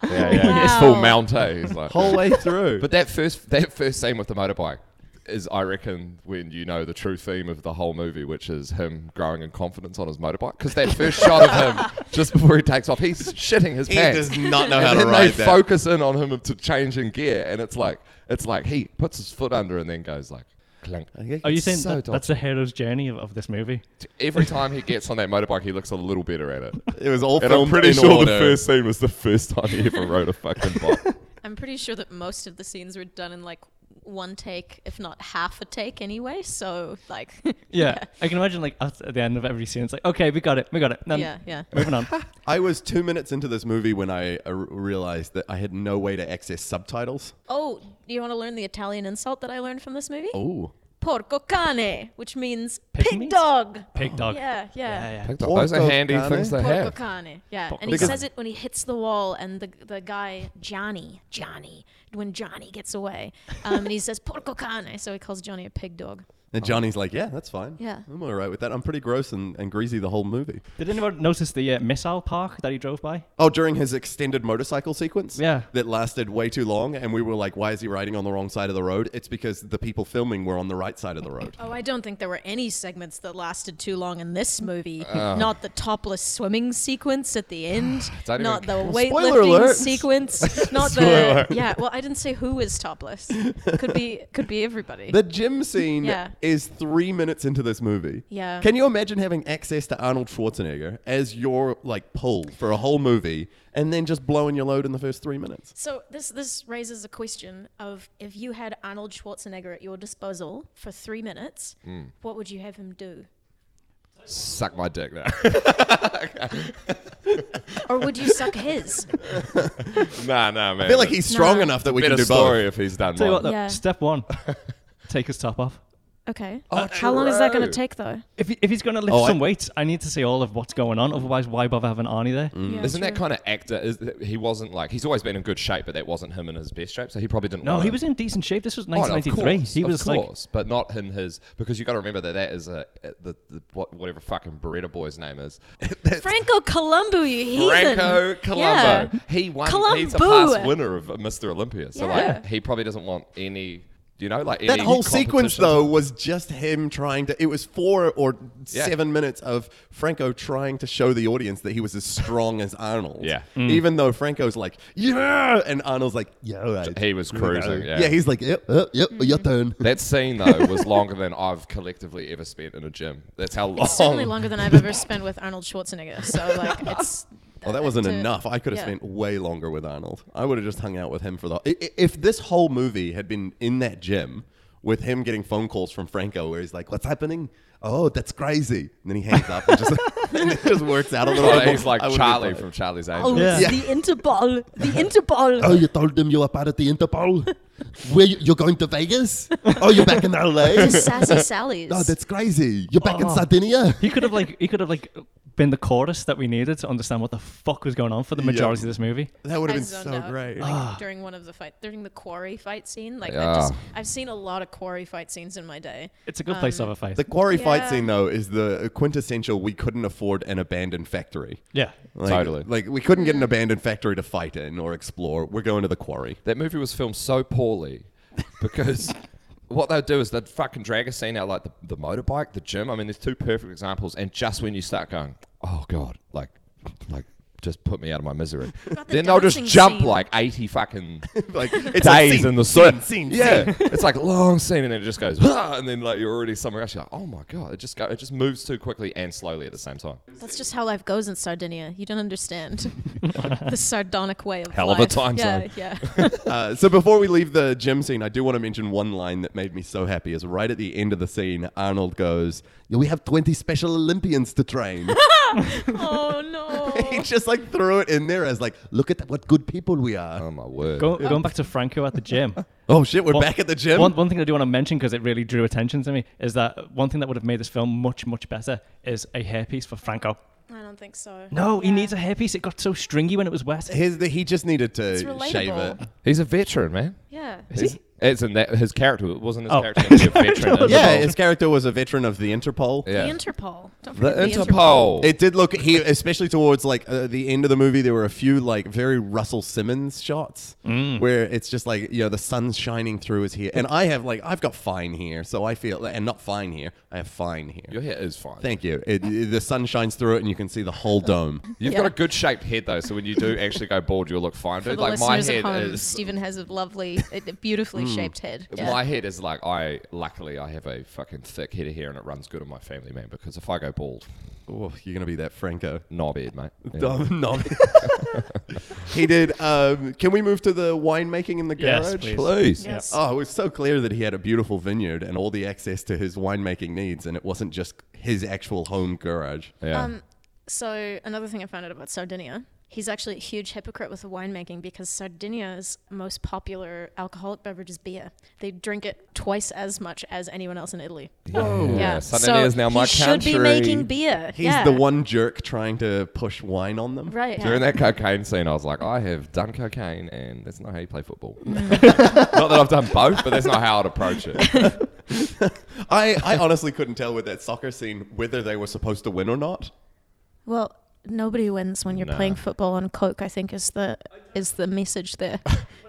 Speaker 5: yeah, yeah.
Speaker 6: Wow.
Speaker 5: It's full Mountie. He's like,
Speaker 3: whole way through.
Speaker 5: but that first that first scene with the motorbike is, I reckon, when you know the true theme of the whole movie, which is him growing in confidence on his motorbike. Because that first shot of him just before he takes off, he's shitting his
Speaker 3: he
Speaker 5: pants.
Speaker 3: does not know
Speaker 5: and
Speaker 3: how
Speaker 5: then
Speaker 3: to ride
Speaker 5: they
Speaker 3: that.
Speaker 5: focus in on him to changing gear, and it's like it's like he puts his foot under and then goes like. Clunk.
Speaker 4: Are Oh, you
Speaker 5: It's
Speaker 4: saying
Speaker 5: so
Speaker 4: that,
Speaker 5: dodgy.
Speaker 4: that's the hero's journey of, of this movie?
Speaker 5: every time he gets on that motorbike, he looks a little better at it.
Speaker 3: it was all
Speaker 5: And I'm
Speaker 3: filmed
Speaker 5: pretty
Speaker 3: in
Speaker 5: sure
Speaker 3: order.
Speaker 5: the first scene was the first time he ever rode a fucking bike.
Speaker 6: I'm pretty sure that most of the scenes were done in like one take, if not half a take anyway. So like
Speaker 4: Yeah, I can imagine like at at the end of every scene, it's like, okay, we got it, we got it. Then
Speaker 6: Yeah, yeah.
Speaker 4: Moving on.
Speaker 3: I was two minutes into this movie when I uh, realized that I had no way to access subtitles.
Speaker 6: Oh, do you want to learn the Italian insult that I learned from this movie?
Speaker 3: Oh,
Speaker 6: Porco cane, which means
Speaker 4: Pig
Speaker 6: pig,
Speaker 4: meat?
Speaker 6: dog.
Speaker 4: Pig dog.
Speaker 6: Oh. Yeah,
Speaker 4: yeah,
Speaker 6: yeah.
Speaker 4: yeah.
Speaker 5: Those are handy
Speaker 3: Porco
Speaker 5: things to
Speaker 6: Porco
Speaker 5: have.
Speaker 6: cane. Yeah. And he
Speaker 3: Because-
Speaker 6: says it when he hits the wall and the the guy Johnny, Johnny, when Johnny gets away. Um, and he says porco cane, so he calls Johnny a pig dog.
Speaker 3: and Johnny's like, "Yeah, that's fine.
Speaker 6: Yeah.
Speaker 3: I'm all right with that. I'm pretty gross and, and greasy the whole movie."
Speaker 4: Did anyone notice the uh, missile park that he drove by?
Speaker 3: Oh, during his extended motorcycle sequence?
Speaker 4: Yeah.
Speaker 3: That lasted way too long, and we were like, why is he riding on the wrong side of the road? It's because the people filming were on the right side of the road.
Speaker 6: Oh, I don't think there were any segments that lasted too long in this movie.
Speaker 5: Oh.
Speaker 6: Not the topless swimming sequence at the end.
Speaker 5: Don't even-
Speaker 6: not the
Speaker 3: Spoiler
Speaker 6: weightlifting
Speaker 3: alert.
Speaker 6: sequence. Not the yeah. Well, I didn't say who was topless. Could be could be everybody.
Speaker 3: The gym scene
Speaker 6: Yeah.
Speaker 3: is three minutes into this movie.
Speaker 6: Yeah.
Speaker 3: Can you imagine having access to Arnold Schwarzenegger as your like pull for a whole movie and then just blowing your load in the first three minutes?
Speaker 6: so this this raises a question of if you had Arnold
Speaker 5: Hmm.
Speaker 6: Schwarzenegger at your disposal for three minutes, what would you have him do?
Speaker 5: Suck my dick now.
Speaker 6: Or would you suck his?
Speaker 5: nah, nah, man.
Speaker 3: I feel like he's strong
Speaker 6: No.
Speaker 3: enough that we
Speaker 5: Better
Speaker 3: can do
Speaker 5: story
Speaker 3: both.
Speaker 5: if he's done
Speaker 4: Tell you
Speaker 5: one.
Speaker 4: what, though,
Speaker 6: Yeah.
Speaker 4: step one, take his top off.
Speaker 6: Okay. How long is that going to take, though?
Speaker 4: If, he- if he's going to lift
Speaker 3: Oh, I-
Speaker 4: some weight, I need to see all of what's going on. Otherwise, why bother having Arnie there?
Speaker 3: Mm.
Speaker 6: Yeah,
Speaker 5: Isn't that
Speaker 6: true.
Speaker 5: kind of actor? Is, he wasn't like he's always been in good shape, but that wasn't him in his best shape. So he probably didn't.
Speaker 4: No,
Speaker 5: want
Speaker 4: Oh, he
Speaker 5: it.
Speaker 4: was in decent shape. This was
Speaker 5: Oh, no, of
Speaker 4: 1993.
Speaker 5: course,
Speaker 4: he
Speaker 5: of
Speaker 4: was like,
Speaker 5: course, but not in his because you got to remember that that is a the, the what, whatever fucking Beretta boy's name is.
Speaker 6: Franco Colombo, you heathen.
Speaker 5: Franco Colombo.
Speaker 6: Yeah.
Speaker 5: He won. He's a
Speaker 6: Colombo.
Speaker 5: past winner of Mr. Olympia. So
Speaker 6: Yeah.
Speaker 5: like he probably doesn't want any. You know, like
Speaker 3: That
Speaker 5: any
Speaker 3: whole sequence
Speaker 5: competition.
Speaker 3: though was just him trying to. It was four or
Speaker 5: Yeah.
Speaker 3: seven minutes of Franco trying to show the audience that he was as strong as Arnold.
Speaker 5: Yeah.
Speaker 3: Even though Franco's like, yeah, and Arnold's like, yeah, all right.
Speaker 5: He was cruising. Yeah.
Speaker 3: Yeah, he's like, yep, yep, yep, your turn.
Speaker 5: that scene though was longer than I've collectively ever spent in a gym. That's how long.
Speaker 6: Certainly longer than I've ever spent with Arnold Schwarzenegger. So, like, it's.
Speaker 3: Well, Oh, that wasn't
Speaker 6: to-
Speaker 3: enough. I could have
Speaker 6: yeah.
Speaker 3: spent way longer with Arnold. I would have just hung out with him for the. i- i- If this whole movie had been in that gym with him getting phone calls from Franco, where he's like, "What's happening? Oh, that's crazy," and then he hangs up and just, and it just works out a little bit. more,
Speaker 5: he's like
Speaker 3: I would've been
Speaker 5: Charlie
Speaker 3: fine.
Speaker 5: from Charlie's
Speaker 7: Oh,
Speaker 5: Angels.
Speaker 4: Yeah.
Speaker 7: it's the Interpol. The Interpol.
Speaker 2: Oh, you told them you were part of the Interpol? Where you- you're going to Vegas? Oh, you're back in LA?
Speaker 6: To Sassy Sally's.
Speaker 2: Oh, that's crazy. You're back in
Speaker 4: Oh.
Speaker 2: Sardinia?
Speaker 4: he could have like, he could have like been the chorus that we needed to understand what the fuck was going on for the majority of this movie.
Speaker 3: That would have
Speaker 6: I
Speaker 3: been
Speaker 6: zoned
Speaker 3: so
Speaker 6: out,
Speaker 3: great.
Speaker 4: Ah.
Speaker 6: Like during one of the fight, during the quarry fight scene. Like I just,
Speaker 5: Yeah.
Speaker 6: I've seen a lot of quarry fight scenes in my day.
Speaker 4: It's a good place to
Speaker 6: Um,
Speaker 4: have a fight.
Speaker 3: The quarry fight
Speaker 6: Yeah.
Speaker 3: scene though is the quintessential. We couldn't afford an abandoned factory.
Speaker 4: yeah.
Speaker 3: Like,
Speaker 5: Totally.
Speaker 3: Like we couldn't get an abandoned factory to fight in or explore. We're going to the quarry.
Speaker 5: That movie was filmed so poorly because what they'd do is they'd fucking drag a scene out like the, the motorbike, the gym. I mean, there's two perfect examples. And just when you start going, oh god, like, like. Just put me out of my misery.
Speaker 6: the
Speaker 5: then they'll just
Speaker 6: dancing
Speaker 5: jump
Speaker 6: scene?
Speaker 5: like eighty fucking
Speaker 3: Like it's like,
Speaker 5: days
Speaker 3: scene,
Speaker 5: in the sun.
Speaker 3: Scene, scene,
Speaker 5: yeah,
Speaker 3: scene.
Speaker 5: it's like a long scene, and then it just goes, "Ah," and then like you're already somewhere else. You're like, oh my god, it just go, it just moves too quickly and slowly at the same time.
Speaker 6: That's just how life goes in Sardinia. You don't understand the sardonic way of
Speaker 5: Hell of
Speaker 6: life.
Speaker 5: a time
Speaker 6: yeah,
Speaker 5: zone.
Speaker 6: Yeah,
Speaker 3: Uh, so before we leave the gym scene, I do want to mention one line that made me so happy. Is right at the end of the scene, Arnold goes, "We have twenty Special Olympians to train."
Speaker 6: oh no.
Speaker 3: he just like threw it in there as like, "Look at what good people we are."
Speaker 5: Oh my word!
Speaker 4: Go, going back to Franco at the gym.
Speaker 3: oh shit, we're
Speaker 4: One-
Speaker 3: back at the gym.
Speaker 4: One, one thing I do want to mention because it really drew attention to me is that one thing that would have made this film much, much better is a hairpiece for Franco.
Speaker 6: I don't think so.
Speaker 4: No, he
Speaker 6: Yeah.
Speaker 4: needs a hairpiece. It got so stringy when it was wet.
Speaker 3: His, the, he just needed
Speaker 6: It's
Speaker 3: to
Speaker 6: relatable.
Speaker 3: shave it.
Speaker 5: He's a veteran, man.
Speaker 6: Yeah.
Speaker 5: Is he? It's in that his character it wasn't his
Speaker 4: Oh.
Speaker 5: character gonna be a veteran. in
Speaker 3: Yeah,
Speaker 5: the
Speaker 3: his character was a veteran of the Interpol.
Speaker 5: Yeah.
Speaker 6: The Interpol. Don't
Speaker 5: The
Speaker 6: forget
Speaker 5: Interpol.
Speaker 3: It did look he, especially towards like uh, the end of the movie. There were a few like very Russell Simmons shots
Speaker 4: Mm.
Speaker 3: where it's just like you know the sun's shining through his hair, and I have like I've got fine here, so I feel and not fine here. I have fine here.
Speaker 5: Your hair is fine.
Speaker 3: Thank you. It, it- the sun shines through it, and you can see the whole dome.
Speaker 5: You've got a good shaped head though, so when you do actually go bald, you'll look fine.
Speaker 6: For
Speaker 5: Dude,
Speaker 6: the
Speaker 5: like my
Speaker 6: listeners at
Speaker 5: head
Speaker 6: home,
Speaker 5: is Mm.
Speaker 6: Stephen has a lovely, a beautifully shaped head. Yeah.
Speaker 5: my head is like I luckily I have a fucking thick head of hair and it runs good on my family man because if I go bald,
Speaker 3: Oh, you're gonna be that Franco.
Speaker 5: knobhead mate. Yeah.
Speaker 3: Dom, nom. he did. Um, can we move to the winemaking in the garage,
Speaker 4: Yes, please.
Speaker 5: Please.
Speaker 6: Yes.
Speaker 3: Oh, it was so clear that he had a beautiful vineyard and all the access to his winemaking needs, and it wasn't just his actual home garage.
Speaker 5: Yeah.
Speaker 6: Um, so another thing I found out about Sardinia, he's actually a huge hypocrite with the winemaking because Sardinia's most popular alcoholic beverage is beer. They drink it twice as much as anyone else in Italy.
Speaker 5: yeah.
Speaker 6: yeah.
Speaker 5: Sardinia
Speaker 6: so
Speaker 5: is now my
Speaker 6: he should be
Speaker 5: country.
Speaker 6: making beer.
Speaker 3: He's
Speaker 6: yeah.
Speaker 3: the one jerk trying to push wine on them.
Speaker 6: Right.
Speaker 5: During that cocaine scene, I was like, I have done cocaine, and that's not how you play football. not that I've done both, but that's not how I'd approach it.
Speaker 3: I, I honestly couldn't tell with that soccer scene whether they were supposed to win or not.
Speaker 6: Well, nobody wins when you're playing football on coke. I think is the is the message there.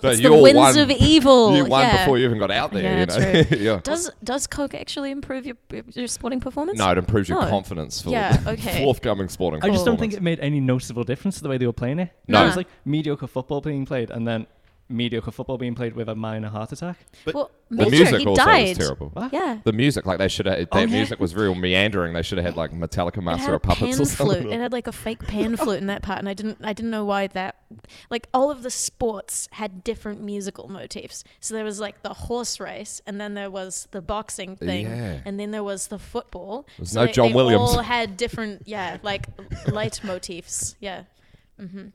Speaker 5: So
Speaker 6: It's
Speaker 5: you
Speaker 6: the
Speaker 5: all
Speaker 6: winds
Speaker 5: won.
Speaker 6: of evil.
Speaker 5: You won
Speaker 6: yeah.
Speaker 5: before you even got out there.
Speaker 6: Yeah,
Speaker 5: you know?
Speaker 6: true.
Speaker 5: Yeah.
Speaker 6: Does does coke actually improve your your sporting performance?
Speaker 5: No, it improves your
Speaker 6: No.
Speaker 5: confidence for
Speaker 6: Yeah, okay.
Speaker 5: forthcoming sporting.
Speaker 4: I just don't think
Speaker 5: performance.
Speaker 4: it made any noticeable difference to the way they were playing it.
Speaker 5: No.
Speaker 4: It was like mediocre football being played, and then mediocre football being played with a minor heart attack.
Speaker 3: But
Speaker 6: well,
Speaker 5: The
Speaker 6: Major,
Speaker 5: music
Speaker 6: he
Speaker 5: also
Speaker 6: died.
Speaker 5: was terrible.
Speaker 6: Yeah.
Speaker 5: The music, like they should have, that
Speaker 4: yeah.
Speaker 5: music was real meandering. They should have had like Metallica
Speaker 6: It
Speaker 5: Master
Speaker 6: had
Speaker 5: or
Speaker 6: a pan
Speaker 5: Puppets or something.
Speaker 6: flute. It had like a fake pan flute in that part, and I didn't, I didn't know why that. Like all of the sports had different musical motifs. So there was like the horse race, and then there was the boxing thing,
Speaker 5: Yeah.
Speaker 6: and then there was the football.
Speaker 5: was
Speaker 6: so
Speaker 5: no
Speaker 6: they,
Speaker 5: John
Speaker 6: they
Speaker 5: Williams.
Speaker 6: All had different, yeah, like light motifs. Yeah.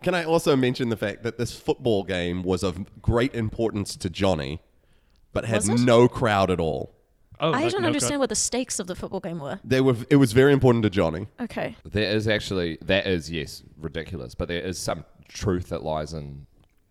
Speaker 3: Can I also mention the fact that this football game was of great importance to Johnny, but had
Speaker 6: Was it?
Speaker 3: no crowd at all.
Speaker 4: Oh,
Speaker 6: I
Speaker 4: like,
Speaker 6: don't
Speaker 4: no
Speaker 6: understand
Speaker 4: crowd.
Speaker 6: what the stakes of the football game were.
Speaker 3: They were. It was very important to Johnny.
Speaker 6: Okay.
Speaker 5: There is actually that is yes ridiculous, but there is some truth that lies in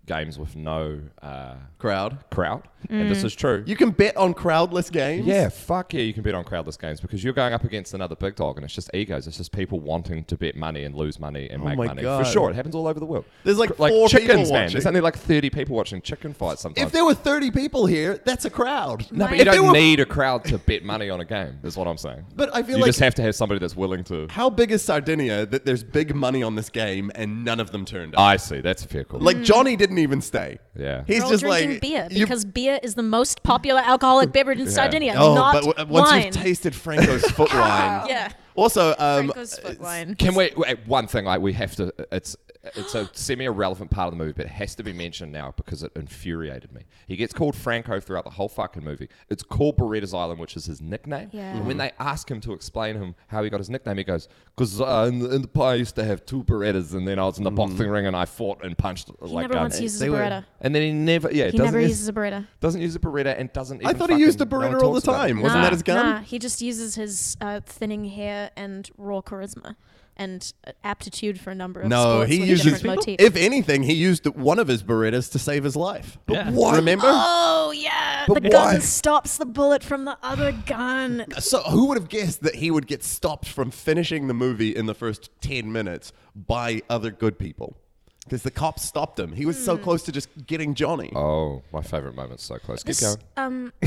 Speaker 5: games with no uh,
Speaker 3: Crowd.
Speaker 5: crowd, and
Speaker 6: Mm.
Speaker 5: this is true.
Speaker 3: You can bet on crowdless games.
Speaker 5: yeah, fuck yeah, you can bet on crowdless games because you're going up against another big dog, and it's just egos. It's just people wanting to bet money and lose money and make
Speaker 3: Oh my
Speaker 5: money.
Speaker 3: God.
Speaker 5: For sure, it happens all over the world.
Speaker 3: There's like
Speaker 5: Cr-
Speaker 3: four
Speaker 5: chickens,
Speaker 3: people
Speaker 5: man.
Speaker 3: watching.
Speaker 5: There's only like thirty people watching chicken fights sometimes.
Speaker 3: If there were 30 people here, that's a crowd.
Speaker 6: No,
Speaker 5: but you
Speaker 6: but if
Speaker 5: don't
Speaker 3: there were-
Speaker 5: need a crowd to bet money on a game. Is what I'm saying.
Speaker 3: But I feel
Speaker 5: you
Speaker 3: like-
Speaker 5: just have to have somebody that's willing to.
Speaker 3: How big is Sardinia that there's big money on this game and none of them turned up?
Speaker 5: I see. That's a fair call.
Speaker 3: Like Johnny didn't even stay.
Speaker 5: Yeah.
Speaker 3: he's
Speaker 6: We're all
Speaker 3: just
Speaker 6: Mm. drinking
Speaker 3: like
Speaker 6: beer
Speaker 3: you-
Speaker 6: because beer is the most popular alcoholic beverage in Sardinia,
Speaker 3: Oh,
Speaker 6: not
Speaker 3: but w- once
Speaker 6: wine.
Speaker 3: you've tasted Franco's foot wine,
Speaker 6: yeah.
Speaker 3: Also, um,
Speaker 6: Franco's foot wine.
Speaker 5: Can we wait, one thing? Like we have to. It's it's a semi-irrelevant part of the movie, but it has to be mentioned now because it infuriated me. He gets called Franco throughout the whole fucking movie. It's called Beretta's Island, which is his nickname.
Speaker 6: Yeah. Mm-hmm.
Speaker 5: And when they ask him to explain him how he got his nickname, he goes, "Because uh, in, in the pie I used to have two Berettas, and then I was in the boxing
Speaker 3: Mm.
Speaker 5: ring and I fought and punched
Speaker 6: He
Speaker 5: like
Speaker 6: never
Speaker 5: guns."
Speaker 6: once uses
Speaker 5: They
Speaker 6: a
Speaker 5: were-
Speaker 6: Beretta.
Speaker 5: and then he never, yeah,
Speaker 6: He
Speaker 5: doesn't
Speaker 6: never
Speaker 5: use,
Speaker 6: uses a Beretta.
Speaker 5: doesn't use a Beretta and doesn't. Even
Speaker 3: I thought he used a
Speaker 5: fucking- no one
Speaker 3: Beretta all the
Speaker 5: talks about it.
Speaker 3: time. Wasn't
Speaker 6: nah,
Speaker 3: that his gun?
Speaker 6: Nah, he just uses his uh, thinning hair and raw charisma and uh, aptitude for a number of
Speaker 3: No,
Speaker 6: sports
Speaker 3: he
Speaker 6: with
Speaker 3: uses.
Speaker 6: different motifs.
Speaker 3: If anything, he used one of his Berettas to save his life. But
Speaker 4: Yeah.
Speaker 3: what? Ah, Remember?
Speaker 6: oh yeah,
Speaker 3: But
Speaker 6: the
Speaker 3: why?
Speaker 6: gun stops the bullet from the other gun.
Speaker 3: So who would have guessed that he would get stopped from finishing the movie in the first 10 minutes by other good people? Because the cops stopped him. He was so
Speaker 6: Hmm.
Speaker 3: close to just getting Johnny.
Speaker 5: Oh, my favorite moment's so close. Keep
Speaker 6: This,
Speaker 5: going.
Speaker 6: um,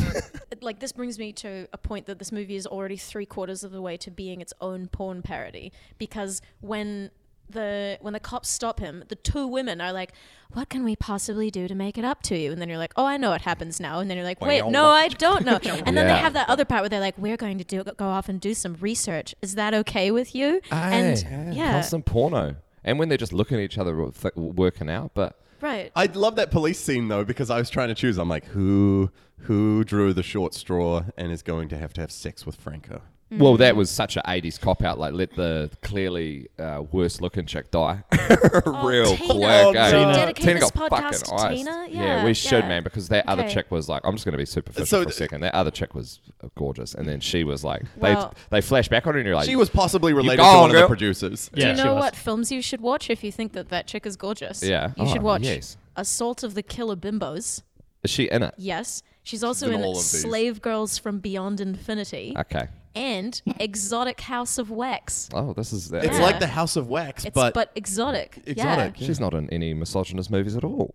Speaker 6: like this brings me to a point that this movie is already three quarters of the way to being its own porn parody because when the when the cops stop him, the two women are like, "What can we possibly do to make it up to you?" And then you're like, "Oh, I know what happens now." And then you're like, "Wait, no, I don't know." And then
Speaker 5: Yeah.
Speaker 6: they have that other part where they're like, "We're going to do go off and do some research. Is that okay with you?"
Speaker 5: Aye.
Speaker 6: and yeah,
Speaker 5: constant porno. And when they're just looking at each other, wo- th- working out. But
Speaker 6: right.
Speaker 4: Uh,
Speaker 3: I love that police scene though because I was trying to choose. I'm like, who who drew the short straw and is going to have to have sex with Franco?
Speaker 6: Mm.
Speaker 5: well, that was such an '80s cop out. Like, let the clearly uh, worst looking chick die. Real
Speaker 6: Tina.
Speaker 5: quick.
Speaker 6: Oh,
Speaker 5: eh?
Speaker 6: Tina. Dedicate this podcast to
Speaker 5: iced.
Speaker 6: Tina?
Speaker 5: we
Speaker 6: Yeah,
Speaker 5: should,
Speaker 6: yeah.
Speaker 5: man, because that other
Speaker 6: Okay.
Speaker 5: chick was like, I'm just going to be superficial
Speaker 3: So
Speaker 5: for a
Speaker 3: th-
Speaker 5: second. That other chick was uh, gorgeous, and then she was like,
Speaker 6: Well-
Speaker 5: they they flash back on her, and you're like,
Speaker 3: She was possibly related
Speaker 5: gone,
Speaker 3: to one of
Speaker 5: girl.
Speaker 3: the producers.
Speaker 4: Yeah,
Speaker 6: Do
Speaker 4: she
Speaker 6: you know
Speaker 4: was.
Speaker 6: what films you should watch if you think that that chick is gorgeous?
Speaker 5: Yeah.
Speaker 6: You
Speaker 5: Oh,
Speaker 6: should watch
Speaker 5: yes.
Speaker 6: Assault of the Killer Bimbos.
Speaker 5: Is she in it?
Speaker 6: Yes. She's also
Speaker 3: in
Speaker 6: in,
Speaker 3: all of these.
Speaker 6: Slave Girls from Beyond Infinity
Speaker 5: Okay.
Speaker 6: and Exotic House of Wax.
Speaker 5: Oh, this is. that.
Speaker 3: It's
Speaker 6: Yeah.
Speaker 3: like the House of Wax,
Speaker 6: It's
Speaker 3: but,
Speaker 6: but, exotic.
Speaker 3: Exotic.
Speaker 5: She's not in any misogynist movies at all.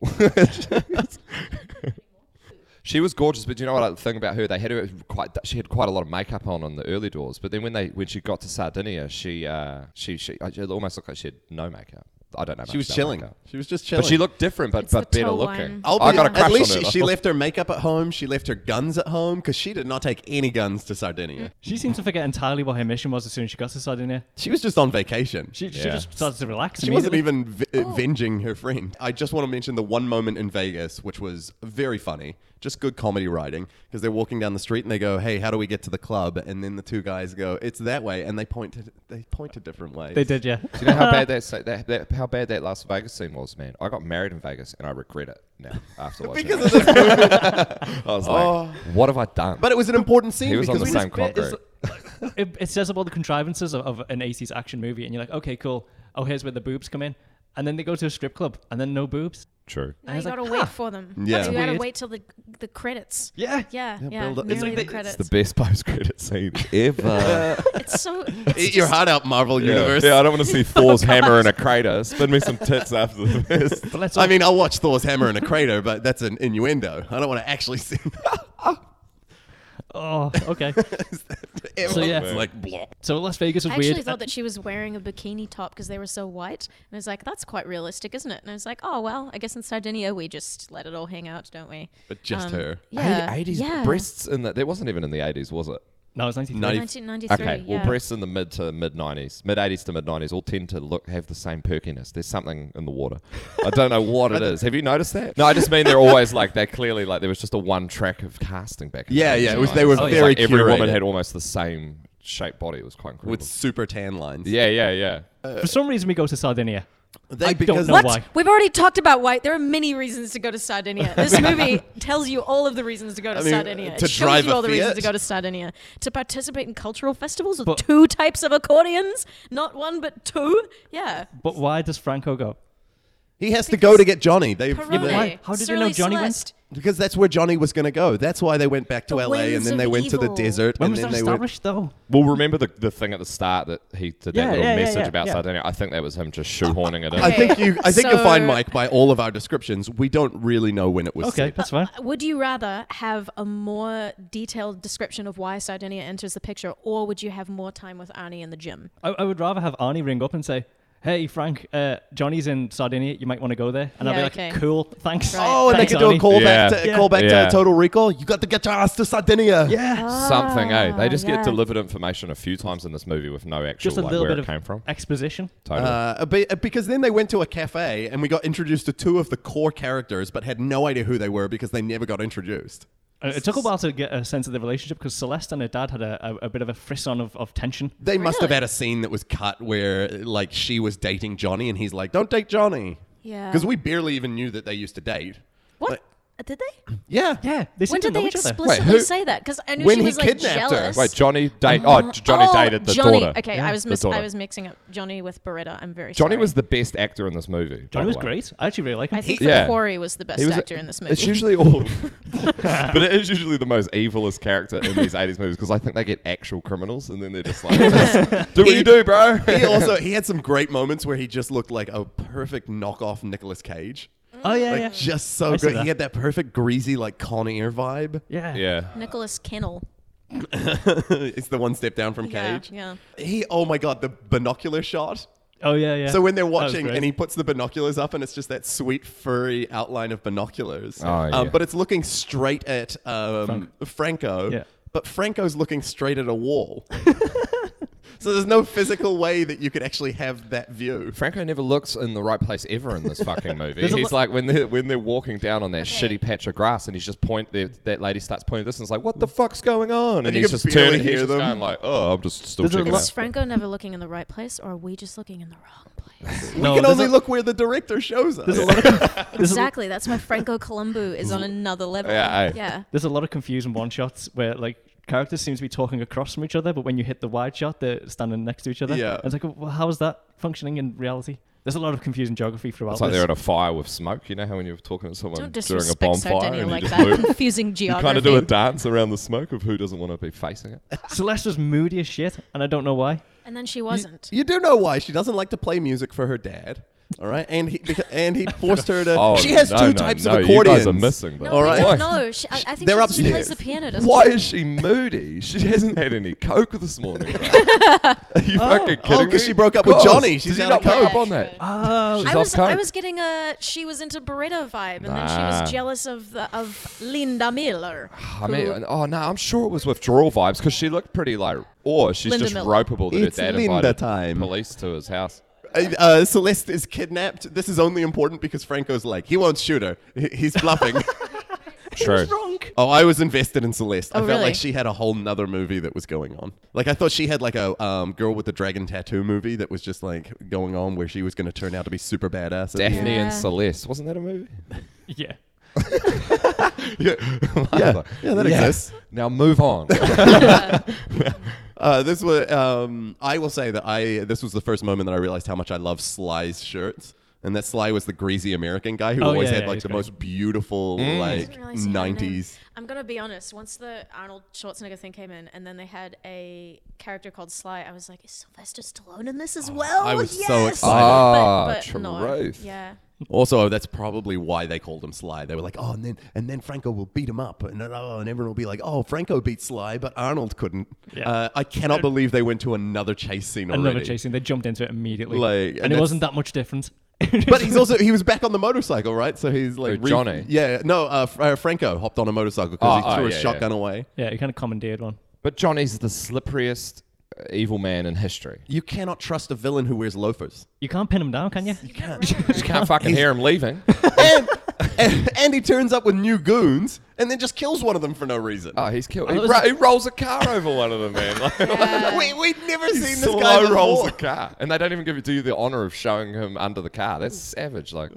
Speaker 5: she was gorgeous, but you know what I think about her? They had her quite. She had quite a lot of makeup on on the early doors, but then when they when she got to Sardinia, she uh, she she it almost looked like she had no makeup. I don't know.
Speaker 3: she
Speaker 5: much
Speaker 3: was
Speaker 5: about
Speaker 3: chilling.
Speaker 5: makeup.
Speaker 3: Oh, She was just chilling.
Speaker 5: but she looked different, but
Speaker 6: It's
Speaker 5: but
Speaker 6: the
Speaker 5: better
Speaker 6: toe
Speaker 5: looking.
Speaker 6: wine.
Speaker 3: I'll
Speaker 5: I
Speaker 3: be-
Speaker 5: got a crush
Speaker 3: at least
Speaker 5: on her.
Speaker 3: she, she left her makeup at home. She left her guns at home because she did not take any guns to
Speaker 6: Mm.
Speaker 3: Sardinia.
Speaker 4: She seems to forget entirely what her mission was as soon as she got to Sardinia.
Speaker 3: She was just on vacation.
Speaker 4: She, she Oh.
Speaker 5: Yeah.
Speaker 4: just started to relax.
Speaker 3: She wasn't
Speaker 4: immediately.
Speaker 3: even v- avenging her friend. I just want to mention the one moment in Vegas, which was very funny, just good comedy writing, because they're walking down the street and they go, "Hey, how do we get to the club?" And then the two guys go, "It's that way," and they point to they point to different ways.
Speaker 4: They did, yeah.
Speaker 5: Do you know how bad that, sa- that, that how bad that Las Vegas scene was, man? I got married in Vegas, and I regret it now after watching.
Speaker 3: Because
Speaker 5: it.
Speaker 3: of this movie.
Speaker 5: I was like, what have I done?
Speaker 3: but it was an important scene
Speaker 5: he was on
Speaker 3: because
Speaker 5: the
Speaker 3: we
Speaker 5: same
Speaker 3: just,
Speaker 5: cock
Speaker 4: It's-
Speaker 5: group.
Speaker 4: it, it says about the contrivances of, of an 80s action movie, and you're like, okay, cool. Oh, here's where the boobs come in. And then they go to a strip club, and then no boobs.
Speaker 5: True.
Speaker 6: Now you gotta wait for them.
Speaker 3: Yeah.
Speaker 6: You gotta
Speaker 4: Weird.
Speaker 6: wait till the the credits.
Speaker 4: Yeah.
Speaker 6: Yeah, yeah.
Speaker 3: build up- it's
Speaker 6: nearly
Speaker 3: like
Speaker 6: the
Speaker 3: the-
Speaker 6: credits.
Speaker 5: It's the best post credit scene ever.
Speaker 6: It's so.
Speaker 3: eat your heart out, Marvel Universe.
Speaker 5: Yeah, I don't want to see Thor's hammer in a crater. Spin me some tits after this.
Speaker 4: But let's.
Speaker 3: I mean, I'll watch Thor's hammer in a crater, but that's an innuendo. I don't want to actually see.
Speaker 4: Oh, okay.
Speaker 3: Everyone
Speaker 4: yeah.
Speaker 3: was like, blah.
Speaker 4: so Las Vegas was
Speaker 6: I actually
Speaker 4: weird.
Speaker 6: thought that she was wearing a bikini top because they were so white. And I was like, that's quite realistic, isn't it? And I was like, oh, well, I guess in Sardinia we just let it all hang out, don't we?
Speaker 3: But just
Speaker 6: Um,
Speaker 3: her.
Speaker 6: Yeah.
Speaker 5: 80s
Speaker 6: yeah.
Speaker 5: breasts in the, that wasn't even in the 80s, was it?
Speaker 4: no, it was 93.
Speaker 3: Ninety-
Speaker 6: 1993.
Speaker 5: Okay,
Speaker 6: yeah.
Speaker 5: well, breasts in the mid to mid 90s, mid 80s to mid 90s all tend to look have the same perkiness. There's something in the water. I don't know what it is. Have you noticed that? No, I just mean they're always like they're clearly like there was just a one track of casting back. in
Speaker 3: Yeah,
Speaker 5: the
Speaker 3: yeah, it was-
Speaker 5: 80s.
Speaker 3: they were
Speaker 5: It's Oh, like
Speaker 3: very
Speaker 5: every woman
Speaker 3: curated.
Speaker 5: had almost the same shaped body. It was quite incredible.
Speaker 3: With super tan lines.
Speaker 5: yeah, yeah, yeah.
Speaker 3: e-
Speaker 4: For some reason, we go to Sardinia.
Speaker 3: They,
Speaker 4: I don't
Speaker 3: because-
Speaker 4: know
Speaker 6: What?
Speaker 4: why.
Speaker 6: We've already talked about why. There are many reasons to go to Sardinia. This movie tells you all of the reasons to go to
Speaker 3: I mean,
Speaker 6: Sardinia. It
Speaker 3: to
Speaker 6: shows
Speaker 3: drive
Speaker 6: you
Speaker 3: a
Speaker 6: all the reasons
Speaker 3: Fiat.
Speaker 6: to go to Sardinia. To participate in cultural festivals with
Speaker 4: But-
Speaker 6: two types of accordions, not one but two. Yeah.
Speaker 4: But why does Franco go?
Speaker 3: He has to go to get Johnny. They,
Speaker 6: Perone,
Speaker 4: but why- how did they know
Speaker 6: Surly
Speaker 4: Johnny went?
Speaker 6: Celeste.
Speaker 3: because that's where Johnny was going to go. That's why they went back to
Speaker 6: The
Speaker 3: LA and
Speaker 6: winds
Speaker 3: then
Speaker 6: of
Speaker 3: they went to the
Speaker 6: evil.
Speaker 3: desert
Speaker 4: When
Speaker 3: and
Speaker 4: was
Speaker 3: then
Speaker 4: that
Speaker 3: they were
Speaker 4: established, though?
Speaker 5: Well, remember the, the thing at the start that he did that
Speaker 4: Yeah,
Speaker 5: little
Speaker 4: yeah, yeah,
Speaker 5: message
Speaker 4: yeah,
Speaker 5: about
Speaker 4: yeah.
Speaker 5: Sardinia. I think that was him just shoehorning it in.
Speaker 3: I think you. I think you'll find,
Speaker 6: So-
Speaker 3: Mike, by all of our descriptions, we don't really know when it was.
Speaker 6: Uh,
Speaker 4: Okay,
Speaker 3: set.
Speaker 4: that's fine.
Speaker 6: Would you rather have a more detailed description of why Sardinia enters the picture, or would you have more time with Arnie in the gym?
Speaker 4: I, I would rather have Arnie ring up and say, "Hey Frank, uh, Johnny's in Sardinia. You might want to go there." And I'll be
Speaker 6: Yeah,
Speaker 4: like,
Speaker 6: okay.
Speaker 4: "Cool, thanks."
Speaker 6: Right.
Speaker 3: Oh, and
Speaker 4: thanks,
Speaker 3: they could do a
Speaker 4: Arnie."
Speaker 3: callback
Speaker 5: Yeah.
Speaker 3: to
Speaker 4: Yeah.
Speaker 3: callback
Speaker 5: Yeah.
Speaker 3: to Total Recall. You got to get your ass to Sardinia.
Speaker 4: Yeah,
Speaker 5: Something, eh? They just
Speaker 6: yeah.
Speaker 5: get delivered information a few times in this movie with no actual
Speaker 4: just a
Speaker 5: like,
Speaker 4: little
Speaker 5: where
Speaker 4: bit of
Speaker 5: it came from.
Speaker 4: exposition.
Speaker 5: Totally.
Speaker 3: Uh, a bit- because then they went to a cafe and we got introduced to two of the core characters, but had no idea who they were because they never got introduced.
Speaker 4: And Uh, it took a while to get a sense of the relationship because Celeste and her dad had a, a, a bit of a frisson of, of tension.
Speaker 3: They must have
Speaker 6: Really?
Speaker 3: had a scene that was cut where, like, she was dating Johnny and he's like, "Don't date Johnny,"
Speaker 6: Yeah.
Speaker 3: because we barely even knew that they used to date.
Speaker 6: What? did they?
Speaker 3: Yeah,
Speaker 4: Yeah, they
Speaker 6: When
Speaker 4: seemed to
Speaker 6: did
Speaker 4: know
Speaker 6: they
Speaker 4: each other.
Speaker 6: explicitly
Speaker 5: Wait, who-
Speaker 6: say that? Because I knew
Speaker 3: When
Speaker 6: she
Speaker 3: he
Speaker 6: was like
Speaker 3: kidnapped her.
Speaker 6: jealous.
Speaker 5: Wait, Johnny date? Oh, J- Johnny
Speaker 6: Oh,
Speaker 5: dated the
Speaker 6: Johnny.
Speaker 5: daughter.
Speaker 6: Okay, I was
Speaker 5: The
Speaker 6: mis-
Speaker 5: daughter.
Speaker 6: I was mixing up Johnny with Beretta. I'm very
Speaker 5: Johnny
Speaker 6: sorry.
Speaker 5: was the best actor in this movie. by
Speaker 4: Johnny
Speaker 5: the
Speaker 4: was
Speaker 5: way.
Speaker 4: great. I actually really like him.
Speaker 6: I think
Speaker 5: He- yeah.
Speaker 6: that Corey was the best
Speaker 5: He was-
Speaker 6: actor in this movie.
Speaker 5: It's usually all, but it is usually the most evilest character in these '80s movies because I think they get actual criminals and then they're just like, "Do what you do, bro."
Speaker 3: he also he had some great moments where he just looked like a perfect knockoff Nicolas Cage.
Speaker 4: oh yeah,
Speaker 3: Like
Speaker 4: yeah.
Speaker 3: just so
Speaker 4: I see
Speaker 3: good.
Speaker 4: that.
Speaker 3: He had that perfect greasy like Con Air vibe.
Speaker 4: yeah,
Speaker 5: Yeah.
Speaker 6: Nicholas Kennel.
Speaker 3: it's the one step down from
Speaker 6: Yeah,
Speaker 3: Cage.
Speaker 6: yeah.
Speaker 3: He oh my god, the binocular shot.
Speaker 4: Oh yeah, yeah.
Speaker 3: So when they're
Speaker 4: That was
Speaker 3: watching
Speaker 4: great.
Speaker 3: and he puts the binoculars up and it's just that sweet furry outline of binoculars.
Speaker 5: Oh, yeah.
Speaker 3: um, but it's looking straight at um, Franco.
Speaker 4: Yeah.
Speaker 3: But Franco's looking straight at a wall. so there's no physical way that you could actually have that view.
Speaker 5: Franco never looks in the right place ever in this fucking movie.
Speaker 4: There's a
Speaker 5: he's
Speaker 4: lo-
Speaker 5: like when they're when they're walking down on that
Speaker 6: Okay.
Speaker 5: shitty patch of grass, and he's just point there, that lady starts pointing this, and it's like, "What the fuck's going on?" And,
Speaker 3: Mm. you
Speaker 5: he's
Speaker 3: can
Speaker 5: just
Speaker 3: barely
Speaker 5: turning, he's
Speaker 3: hear
Speaker 5: just
Speaker 3: them.
Speaker 5: going like, "Oh, I'm just still
Speaker 4: There's a
Speaker 5: checking."
Speaker 4: lo-
Speaker 5: out."
Speaker 6: Is Franco never looking in the right place, or are we just looking in the wrong place?
Speaker 4: no,
Speaker 3: you can
Speaker 4: there's
Speaker 3: only
Speaker 4: a-
Speaker 3: look where the director shows us.
Speaker 4: There's a,
Speaker 6: exactly. That's why Franco Columbu is on another level.
Speaker 5: Yeah, I-
Speaker 6: yeah.
Speaker 4: there's a lot of confusing one shots where like characters seem to be talking across from each other, but when you hit the wide shot, they're standing next to each other.
Speaker 3: Yeah.
Speaker 4: And it's like, well, how is that functioning in reality? There's a lot of confusing geography throughout.
Speaker 5: It's like
Speaker 4: this.
Speaker 5: they're at a fire with smoke. You know how when you're talking to someone
Speaker 6: Don't
Speaker 5: during a
Speaker 6: disrespect
Speaker 5: bonfire,
Speaker 6: Sardinia
Speaker 5: and
Speaker 6: like
Speaker 5: you just
Speaker 6: that.
Speaker 5: move,
Speaker 6: Confusing
Speaker 5: you
Speaker 6: geography.
Speaker 5: kind of do a dance around the smoke of who doesn't want to be facing it.
Speaker 4: Celeste was moody as shit, and I don't know why.
Speaker 6: And then she wasn't.
Speaker 3: You do know why she doesn't like to play music for her dad. All right, and he beca- and he forced her to.
Speaker 5: Oh,
Speaker 3: she has
Speaker 5: no,
Speaker 3: two
Speaker 5: no,
Speaker 3: types
Speaker 5: no,
Speaker 3: of
Speaker 5: you
Speaker 3: accordions.
Speaker 5: guys are missing. But
Speaker 6: No,
Speaker 3: All right.
Speaker 6: I
Speaker 5: Why?
Speaker 6: don't know. She, I, I think
Speaker 3: They're
Speaker 6: she just
Speaker 3: upstairs.
Speaker 6: plays the piano. Doesn't
Speaker 5: Why
Speaker 6: she?
Speaker 5: is she moody? She hasn't had any coke this morning. bro. Are you fucking kidding
Speaker 3: Oh,
Speaker 5: me?
Speaker 3: 'cause she broke up with
Speaker 5: Gosh,
Speaker 3: Johnny.
Speaker 5: did
Speaker 3: She's
Speaker 5: you
Speaker 3: out of
Speaker 5: not pick up
Speaker 6: coke.
Speaker 5: on that?
Speaker 4: Oh,
Speaker 5: She's
Speaker 6: I
Speaker 5: off
Speaker 6: was I
Speaker 5: coke.
Speaker 6: was getting a she was into Beretta vibe, and then she
Speaker 5: Nah.
Speaker 6: was jealous of the, of Linda Miller.
Speaker 5: I mean, oh no, I'm sure it was withdrawal vibes because she looked pretty like, or she's
Speaker 6: Linda
Speaker 5: just
Speaker 6: Miller.
Speaker 5: ropeable that
Speaker 3: It's
Speaker 5: her dad
Speaker 3: Linda
Speaker 5: invited
Speaker 3: time.
Speaker 5: police to his house.
Speaker 3: Uh, uh, Celeste is kidnapped. This is only important because Franco's like he won't shoot her. He- He's bluffing.
Speaker 5: True.
Speaker 3: oh, I was invested in Celeste. I
Speaker 6: Oh,
Speaker 3: felt
Speaker 6: really?
Speaker 3: like she had a whole nother movie that was going on. Like I thought she had like a um, girl with the dragon tattoo movie that was just like going on where she was going to turn out to be super badass. at the end.
Speaker 5: Daphne and
Speaker 6: Yeah.
Speaker 5: Celeste wasn't that a movie?
Speaker 4: yeah.
Speaker 5: yeah,
Speaker 3: Yeah, yeah, that exists.
Speaker 5: Now move on.
Speaker 3: Uh, this was. Um, I will say that I. This was the first moment that I realized how much I love Sly's shirts. And that Sly was the greasy American guy who
Speaker 4: Oh,
Speaker 3: always
Speaker 4: yeah,
Speaker 3: had
Speaker 4: yeah,
Speaker 3: like
Speaker 4: he's
Speaker 3: the
Speaker 4: great.
Speaker 3: most beautiful
Speaker 6: I
Speaker 3: like
Speaker 6: didn't realize he had a name.
Speaker 3: nineties.
Speaker 6: I'm gonna be honest. Once the Arnold Schwarzenegger thing came in, and then they had a character called Sly, I was like, "Is Sylvester Stallone in this as well?"
Speaker 3: I Oh, was
Speaker 6: yes!
Speaker 3: so
Speaker 5: excited.
Speaker 6: But- but
Speaker 5: Ah,
Speaker 6: no.
Speaker 5: truth.
Speaker 6: Yeah.
Speaker 3: Also, that's probably why they called him Sly. They were like, oh, and then and then Franco will beat him up, and then, oh, and everyone will be like, oh, Franco beat Sly, but Arnold couldn't.
Speaker 4: Yeah.
Speaker 3: Uh, I cannot believe they went to another chase scene already.
Speaker 4: Another chasing. They jumped into it immediately,
Speaker 3: Like, and
Speaker 4: and, it
Speaker 3: that's-
Speaker 4: wasn't that much different.
Speaker 3: But he's also he was back on the motorcycle, right? So he's like
Speaker 5: Who, Johnny?
Speaker 3: Yeah, no, uh, Fr- uh, Franco hopped on a motorcycle because he
Speaker 5: Oh, oh,
Speaker 3: threw
Speaker 5: yeah,
Speaker 3: a
Speaker 5: yeah.
Speaker 3: shotgun away.
Speaker 4: yeah, he kind of commandeered one.
Speaker 5: But Johnny's the slipperiest uh, evil man in history.
Speaker 3: You cannot trust a villain who wears loafers.
Speaker 4: You can't pin him down, can you?
Speaker 3: You can't.
Speaker 5: You can't fucking hear him leaving.
Speaker 3: and, and, and he turns up with new goons and then just kills one of them for no reason.
Speaker 5: Oh, he's killed. He,
Speaker 4: that was-
Speaker 5: ro- he rolls a car over one of them, man. Like,
Speaker 3: we, we'd never
Speaker 5: he
Speaker 3: seen this guy
Speaker 5: slow
Speaker 3: before.
Speaker 5: rolls a car, and they don't even give you the honor of showing him under the car. That's savage. Like,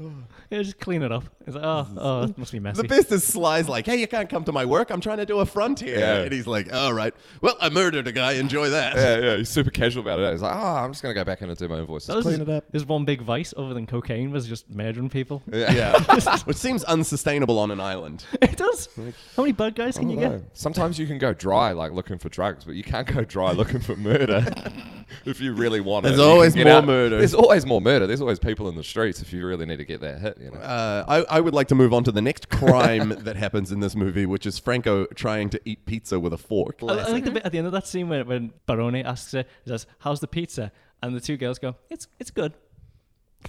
Speaker 4: Yeah, just clean it up. It's like, oh, oh, that must be messy.
Speaker 3: The best is Sly's like, hey, you can't come to my work. I'm trying to do a frontier.
Speaker 5: Yeah.
Speaker 3: And he's like, all right. Well, I murdered a guy. Enjoy that.
Speaker 5: yeah, yeah, he's super casual about it. He's like, oh, I'm just gonna go back in and do my own voice.
Speaker 4: That was his, his one big vice, other than cocaine, was just murdering people.
Speaker 3: Yeah. Which seems unsustainable on an island.
Speaker 4: it does. How many bad guys can you
Speaker 3: oh,
Speaker 4: get?
Speaker 5: Sometimes you can go dry, like looking for drugs, but you can't go dry looking for murder. if you really want it,
Speaker 3: There's
Speaker 5: You can
Speaker 3: always
Speaker 5: get
Speaker 3: more murder.
Speaker 5: There's always more murder. There's always people in the streets if you really need to get that hit. You know,
Speaker 3: Uh, I, I would like to move on to the next crime that happens in this movie, which is Franco trying to eat pizza with a fork.
Speaker 4: I, I like the bit at the end of that scene where when Barone asks her, he says, "How's the pizza?" and the two girls go, "It's it's good."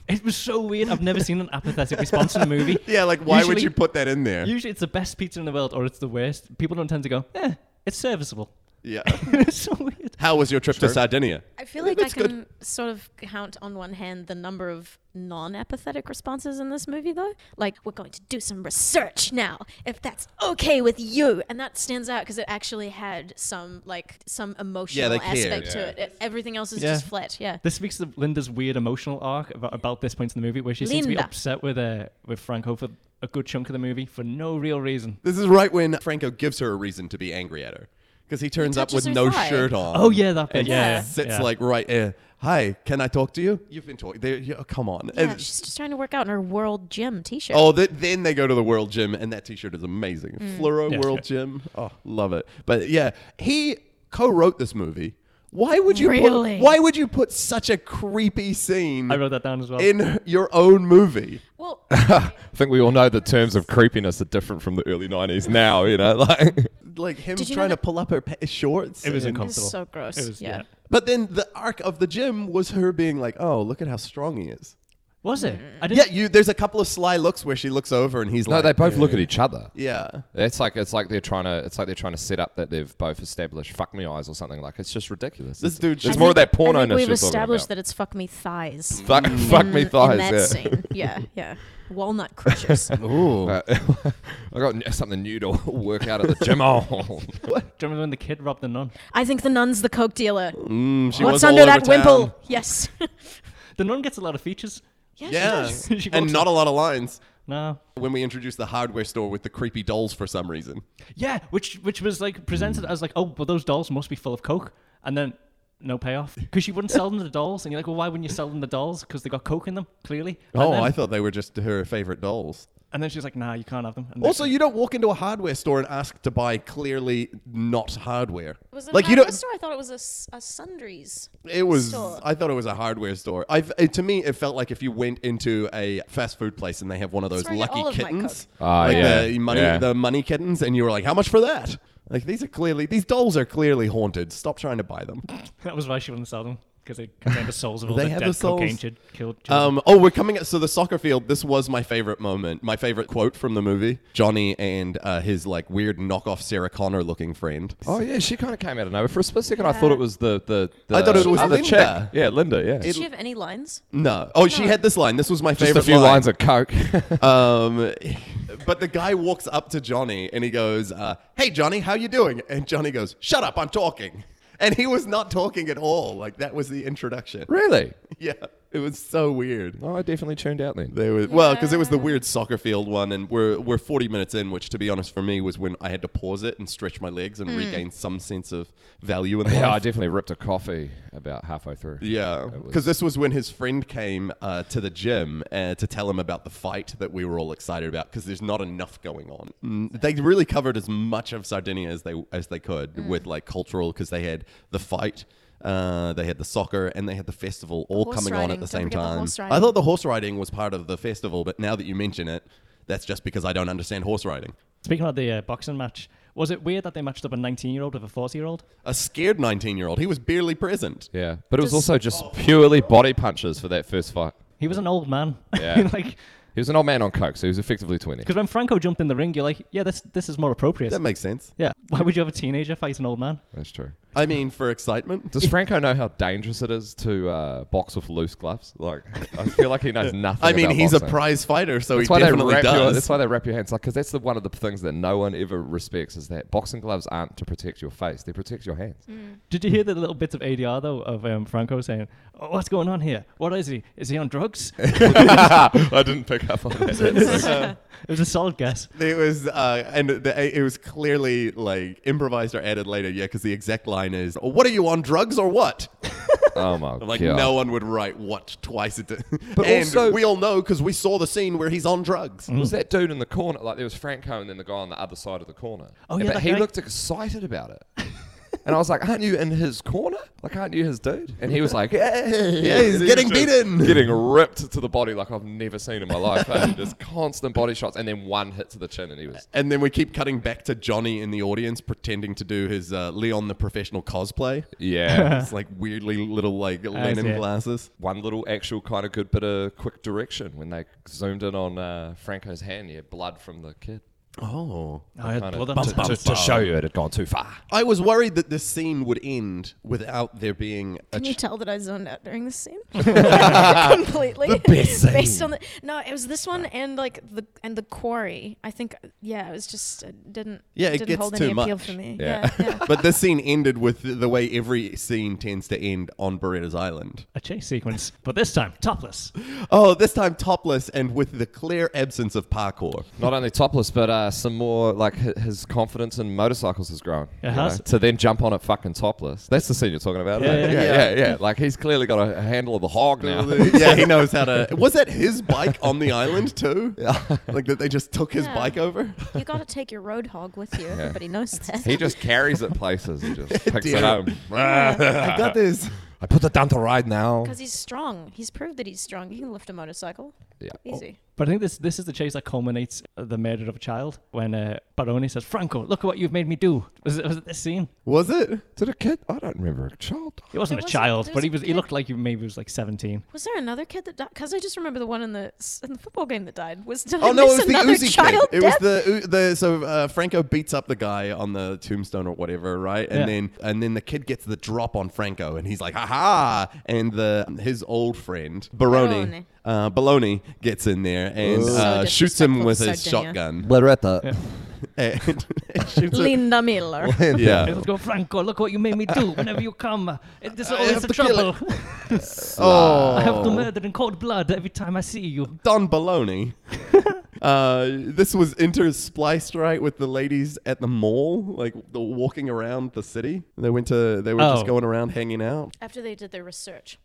Speaker 4: It was so weird. I've never seen an apathetic response in a movie.
Speaker 3: yeah, like, why would
Speaker 4: Usually-
Speaker 3: you put that in there?
Speaker 4: Usually, it's the best pizza in the world, or it's the worst. People don't tend to go, "Eh, it's serviceable."
Speaker 3: yeah.
Speaker 4: it's so weird.
Speaker 3: How was your trip to Sardinia?
Speaker 6: I feel like I
Speaker 3: That's
Speaker 6: can sort of count on one hand the number of non-apathetic responses in this movie, though. Like, we're going to do some research now, if that's okay with you. And that stands out because it actually had some like some emotional
Speaker 3: they cared,
Speaker 6: aspect to
Speaker 5: yeah.
Speaker 6: it. It- Everything else is
Speaker 4: Yeah.
Speaker 6: just flat. Yeah.
Speaker 4: This speaks to Linda's weird emotional arc about, about this point in the movie, where she seems to be
Speaker 6: Linda.
Speaker 4: upset with uh, with Franco for a good chunk of the movie for no real reason.
Speaker 3: This is right when Franco gives her a reason to be angry at her. Because he turns up with
Speaker 6: touches her
Speaker 3: no
Speaker 6: thigh.
Speaker 3: shirt on.
Speaker 4: Oh yeah, that bit.
Speaker 3: And
Speaker 4: Yeah, yeah.
Speaker 3: sits
Speaker 4: yeah.
Speaker 3: like right there. Hi, can I talk to you? You've been talking. There, yeah, come on.
Speaker 6: Yeah,
Speaker 3: And-
Speaker 6: she's just trying to work out in her World Gym t-shirt.
Speaker 3: oh, th- then they go to the World Gym, and that T-shirt is amazing.
Speaker 6: Mm.
Speaker 3: Fluoro
Speaker 4: Yeah.
Speaker 3: World Gym. Oh, love it. But yeah, he co-wrote this movie. Why would you
Speaker 6: Really?
Speaker 3: put, Why would you put such a creepy scene
Speaker 4: I wrote that down as well.
Speaker 3: in your own movie?
Speaker 6: Well,
Speaker 5: I think we all know the terms of creepiness are different from the early '90s. Now, you know, like
Speaker 3: Like him
Speaker 6: Did you know
Speaker 3: trying to
Speaker 6: that-
Speaker 3: pull up her pa- shorts.
Speaker 4: it was
Speaker 3: and-
Speaker 6: it's
Speaker 4: uncomfortable.
Speaker 6: so gross.
Speaker 4: It was-
Speaker 6: yeah.
Speaker 4: yeah.
Speaker 3: But then the arc of the gym was her being like, "Oh, look at how strong he is."
Speaker 4: Was it? I didn't.
Speaker 3: Yeah, you. There's a couple of sly looks where she looks over and he's
Speaker 5: no,
Speaker 3: like,
Speaker 5: they both look at each other.
Speaker 3: Yeah.
Speaker 5: It's like it's like they're trying to it's like they're trying to set up that they've both established fuck me eyes or something. Like it's just ridiculous.
Speaker 3: This
Speaker 5: It's-
Speaker 3: dude
Speaker 5: It's
Speaker 3: just-
Speaker 5: more of that
Speaker 6: I
Speaker 5: porno
Speaker 6: think
Speaker 5: ness
Speaker 6: we've
Speaker 5: you're talking
Speaker 6: established
Speaker 5: about.
Speaker 6: that it's fuck me thighs.
Speaker 5: Fuck, fuck me
Speaker 6: in- In that
Speaker 5: thighs. Yeah.
Speaker 6: scene. Yeah, yeah. Walnut crushers.
Speaker 3: Ooh.
Speaker 5: Uh, I got n- something new to work out at the gym. Oh.
Speaker 4: Do you remember when the kid robbed the nun?
Speaker 6: I think the nun's the coke dealer.
Speaker 3: Mm, She was
Speaker 6: What's
Speaker 3: all
Speaker 6: under
Speaker 3: over
Speaker 6: that
Speaker 3: town.
Speaker 6: wimple? Yes.
Speaker 4: The nun gets a lot of features.
Speaker 6: yes.
Speaker 3: Yeah.
Speaker 4: does. She
Speaker 3: and
Speaker 4: walks
Speaker 3: not a lot of lines.
Speaker 4: No.
Speaker 3: When we introduced the hardware store with the creepy dolls for some reason.
Speaker 4: Yeah, which which was like
Speaker 3: Hmm.
Speaker 4: presented as like, oh, well, those dolls must be full of coke, and then no payoff because you wouldn't sell them the dolls, and you're like, well, why wouldn't you sell them the dolls? Because they got coke in them, clearly. And
Speaker 3: Oh,
Speaker 4: then,
Speaker 3: I thought they were just her favorite dolls.
Speaker 4: and then she's like, nah, you can't have them. And
Speaker 3: Also,
Speaker 4: they-
Speaker 3: you don't walk into a hardware store and ask to buy clearly not hardware.
Speaker 6: Was it
Speaker 3: like
Speaker 6: like
Speaker 3: you don't.
Speaker 6: store? I thought it was a, s- a sundries.
Speaker 3: It was.
Speaker 6: store?
Speaker 3: I thought it was a hardware store. I it- to me, it felt like if you went into a fast food place and they have one of those
Speaker 6: where I get
Speaker 3: lucky
Speaker 6: all of my
Speaker 3: kittens,
Speaker 5: Ah,
Speaker 3: like
Speaker 5: yeah,
Speaker 3: the money,
Speaker 5: yeah.
Speaker 3: the money kittens, and you were like, "How much for that?" Like these are clearly these dolls are clearly haunted. Stop trying to buy them.
Speaker 4: that was why she wouldn't sell them because they contained the souls of all
Speaker 3: They
Speaker 4: the
Speaker 3: have
Speaker 4: dead
Speaker 3: the souls.
Speaker 4: cocaine she'd killed. children.
Speaker 3: Um, oh, we're coming at so the soccer field. This was my favorite moment, my favorite quote from the movie. Johnny and uh, his like weird knockoff Sarah Connor looking friend.
Speaker 5: oh yeah, she kind of came out of nowhere. For a split second, I thought it was the the. the
Speaker 3: I thought it was
Speaker 5: the
Speaker 3: Linda.
Speaker 5: chick. Yeah, Linda. Yeah.
Speaker 6: Did she have any lines?
Speaker 3: No, oh, she had this line. This was my
Speaker 5: just
Speaker 3: favorite.
Speaker 5: a few
Speaker 3: line.
Speaker 5: lines of coke.
Speaker 3: Um, but the guy walks up to Johnny and he goes, uh, "Hey, Johnny, how you doing?" And Johnny goes, "Shut up, I'm talking." And he was not talking at all. Like that was the introduction.
Speaker 5: really?
Speaker 3: Yeah, it was so weird.
Speaker 5: Oh, I definitely tuned out then.
Speaker 3: They were well because it was the weird soccer field one, and we're we're 40 minutes in, which to be honest for me was when I had to pause it and stretch my legs and regain some sense of value in life.
Speaker 5: Yeah, I definitely ripped a coffee about halfway through.
Speaker 3: Yeah,
Speaker 5: It was-
Speaker 3: because this was when his friend came uh, to the gym uh, to tell him about the fight that we were all excited about because there's not enough going on. Mm, they really
Speaker 6: Mm.
Speaker 3: covered as much of Sardinia as they as they could with like cultural because they had the fight. Uh, they had the soccer and they had the festival all
Speaker 6: Horse
Speaker 3: coming on
Speaker 6: riding.
Speaker 3: at the
Speaker 6: Don't
Speaker 3: same
Speaker 6: forget the
Speaker 3: time.
Speaker 6: horse
Speaker 3: I
Speaker 6: riding.
Speaker 3: thought the horse riding was part of the festival, but now that you mention it, that's just because I don't understand horse riding.
Speaker 4: Speaking about the uh, boxing match, was it weird that they matched up a 19 year old with a 40 year old?
Speaker 3: A scared 19 year old, he was barely present.
Speaker 5: Yeah, but it was
Speaker 6: Just-
Speaker 5: also just purely body punches for that first fight.
Speaker 4: He was an old man.
Speaker 5: Yeah.
Speaker 4: like,
Speaker 5: He was an old man on coke, so he was effectively twenty.
Speaker 4: because when Franco jumped in the ring, you're like, yeah, this this is more appropriate.
Speaker 3: That makes sense.
Speaker 4: yeah. Why would you have a teenager fight an old man?
Speaker 5: That's true.
Speaker 3: I mean, for excitement.
Speaker 5: Does Franco know how dangerous it is to uh, box with loose gloves? Like, I feel like he knows nothing.
Speaker 3: I mean,
Speaker 5: about
Speaker 3: he's a
Speaker 5: boxing.
Speaker 3: prize fighter, so
Speaker 5: That's
Speaker 3: he
Speaker 5: why, they
Speaker 3: definitely
Speaker 5: wrap your,
Speaker 3: does.
Speaker 5: that's why they wrap your hands like because that's the, one of the things that no one ever respects is that boxing gloves aren't to protect your face; they protect your hands.
Speaker 4: Did you hear the little bits of ADR though of um, Franco saying, oh, "What's going on here? What is he? Is he on drugs?" it
Speaker 5: I didn't pick up on that.
Speaker 4: was a solid guess.
Speaker 3: It was, uh, and the, it was clearly like improvised or added later, yeah, because the exact line is, "Oh, "What are you on drugs or what?"
Speaker 5: oh my
Speaker 3: Like
Speaker 5: god!
Speaker 3: no one would write "what" twice. It
Speaker 5: But
Speaker 3: and
Speaker 5: also-
Speaker 3: we all know because we saw the scene where he's on drugs.
Speaker 5: was that dude in the corner? Like there was Franco and then the guy on the other side of the corner.
Speaker 4: Oh, yeah,
Speaker 5: but
Speaker 4: that
Speaker 5: he
Speaker 4: guy.
Speaker 5: looked excited about it. And I was like, "Aren't you in his corner? Like, aren't you his dude?" And he was like, "Hey."
Speaker 3: Yeah, he's getting
Speaker 5: just
Speaker 3: beaten.
Speaker 5: getting ripped to the body like I've never seen in my life. eh? Just constant body shots, and then one hit to the chin, and he was
Speaker 3: And then we keep cutting back to Johnny in the audience pretending to do his uh, Leon the professional cosplay.
Speaker 5: yeah.
Speaker 3: It's like weirdly little like
Speaker 4: see
Speaker 3: Lennon
Speaker 4: it.
Speaker 3: glasses.
Speaker 5: one little actual kind of good bit of quick direction when they zoomed in on uh, Franco's hand. Yeah, blood from the kid.
Speaker 3: Oh,
Speaker 4: I had
Speaker 5: Kinda
Speaker 4: blood on
Speaker 5: to,
Speaker 4: it.
Speaker 5: to- to show you it had gone too far.
Speaker 3: I was worried that this scene would end without there being a.
Speaker 6: Can you
Speaker 3: ch-
Speaker 6: tell that I zoned out during this scene? Completely. Based on the no, it was this one and like the and the quarry. I think yeah, it was just it didn't
Speaker 3: Yeah, it
Speaker 6: didn't
Speaker 3: gets
Speaker 6: hold
Speaker 3: too
Speaker 6: any appeal
Speaker 3: much.
Speaker 6: for me.
Speaker 5: Yeah.
Speaker 6: Yeah. yeah.
Speaker 3: but this scene ended with the- the way every scene tends to end on Beretta's Island.
Speaker 4: a chase sequence, but this time topless.
Speaker 3: Oh, this time topless and with the clear absence of parkour.
Speaker 5: Not only topless, but uh, some more like hi- his confidence in motorcycles has grown.
Speaker 4: It
Speaker 5: you
Speaker 4: has.
Speaker 5: know, to then jump on it fucking topless. That's the scene you're talking about. isn't it?
Speaker 4: Yeah,
Speaker 5: yeah,
Speaker 4: yeah,
Speaker 5: yeah, yeah. Like he's clearly got a handle of the hog now.
Speaker 3: yeah, he knows how to. Was that his bike on the island too? like that they just took his
Speaker 6: Yeah.
Speaker 3: bike over?
Speaker 6: You got to take your road hog with you. Everybody knows that.
Speaker 5: he just carries it places. He just picks
Speaker 3: Dear.
Speaker 5: it up.
Speaker 3: I got this.
Speaker 5: I put it down to ride now.
Speaker 6: Because he's strong. He's proved that he's strong. He can lift a motorcycle.
Speaker 5: Yeah. Oh.
Speaker 6: Easy.
Speaker 4: But I think this this is the chase that culminates the murder of a child when uh, Baroni says, "Franco, look at what you've made me do." Was it, was it this scene?
Speaker 3: Was it?
Speaker 5: Did a kid? I don't remember a child.
Speaker 4: He wasn't a
Speaker 6: There was a-
Speaker 4: child,
Speaker 6: there
Speaker 4: but
Speaker 6: was
Speaker 4: he
Speaker 6: a
Speaker 4: was. He
Speaker 6: kid.
Speaker 4: looked like he maybe was like seventeen.
Speaker 6: Was there another kid that died? Because I just remember the one in the s- in the football game that died. Was did I
Speaker 3: Oh no, it
Speaker 6: miss
Speaker 3: was the
Speaker 6: another
Speaker 3: Uzi kid.
Speaker 6: child
Speaker 3: It was
Speaker 6: death?
Speaker 3: the U- the so uh, Franco beats up the guy on the tombstone or whatever, right? And
Speaker 4: Yeah.
Speaker 3: then and then the kid gets the drop on Franco, and he's like, "Ha ha!" And the his old friend Baroni,
Speaker 6: Barone.
Speaker 3: uh, Baloney gets in there and
Speaker 6: So
Speaker 3: uh, shoots him with
Speaker 6: disrespectful to
Speaker 3: his shotgun.
Speaker 4: Sardinia.
Speaker 5: Loretta.
Speaker 3: And shoots him-
Speaker 6: Linda Miller.
Speaker 3: Yeah.
Speaker 4: It'll go, "Oh, Franco, look what you made me do whenever you come. It, this is
Speaker 3: have
Speaker 4: always the
Speaker 3: to kill
Speaker 4: trouble. I have to
Speaker 3: Oh,
Speaker 4: murder in cold blood every time I see you.
Speaker 3: Don Baloney. Uh, this was interspliced right with the ladies at the mall, like the walking around the city. They went to, they were just
Speaker 4: Oh.
Speaker 3: going around hanging out.
Speaker 6: After they did their research.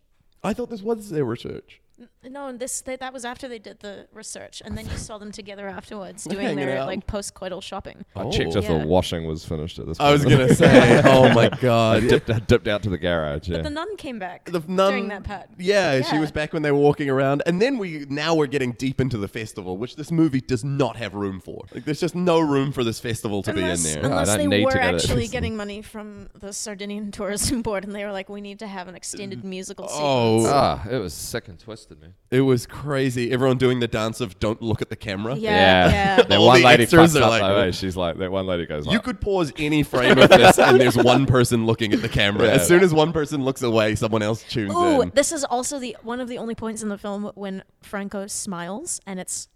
Speaker 3: I thought this was their research.
Speaker 6: No, and this they, that was after they did the research, and then you saw them together afterwards
Speaker 3: We're
Speaker 6: doing
Speaker 3: hanging
Speaker 6: their
Speaker 3: out.
Speaker 6: like post-coital shopping.
Speaker 5: I checked if
Speaker 6: Yeah.
Speaker 5: the washing was finished at this point.
Speaker 3: I was gonna say, oh my
Speaker 5: I
Speaker 3: god.
Speaker 5: dipped, I dipped out to the garage. Yeah.
Speaker 6: The nun came back
Speaker 3: The nun-
Speaker 6: during that part.
Speaker 3: Yeah, she
Speaker 6: Yeah.
Speaker 3: was back when they were walking around, and then we now we're getting deep into the festival, which this movie does not have room for. Like, there's just no room for this festival to
Speaker 6: Unless,
Speaker 3: be in there. Ah,
Speaker 5: I
Speaker 6: unless
Speaker 5: don't
Speaker 6: they
Speaker 5: need to
Speaker 6: were
Speaker 5: go to that
Speaker 6: actually
Speaker 5: festival.
Speaker 6: getting money from the Sardinian Tourism Board, and they were like, "We need to have an extended musical."
Speaker 3: Oh.
Speaker 6: sequence."
Speaker 5: ah, it was sick and twisted, man.
Speaker 3: It was crazy. Everyone doing the dance of "Don't look at the camera."
Speaker 6: yeah, yeah.
Speaker 5: that
Speaker 3: All
Speaker 5: one
Speaker 3: the
Speaker 5: lady
Speaker 3: extras
Speaker 5: fucks
Speaker 3: are
Speaker 5: up
Speaker 3: like-
Speaker 5: though, eh? She's like, that one lady goes.
Speaker 3: You
Speaker 5: like,
Speaker 3: could pause any frame of this, and there's one person looking at the camera.
Speaker 5: Yeah.
Speaker 3: As soon as one person looks away, someone else tunes
Speaker 6: Ooh,
Speaker 3: in.
Speaker 6: this is also the one of the only points in the film when Franco smiles, and it's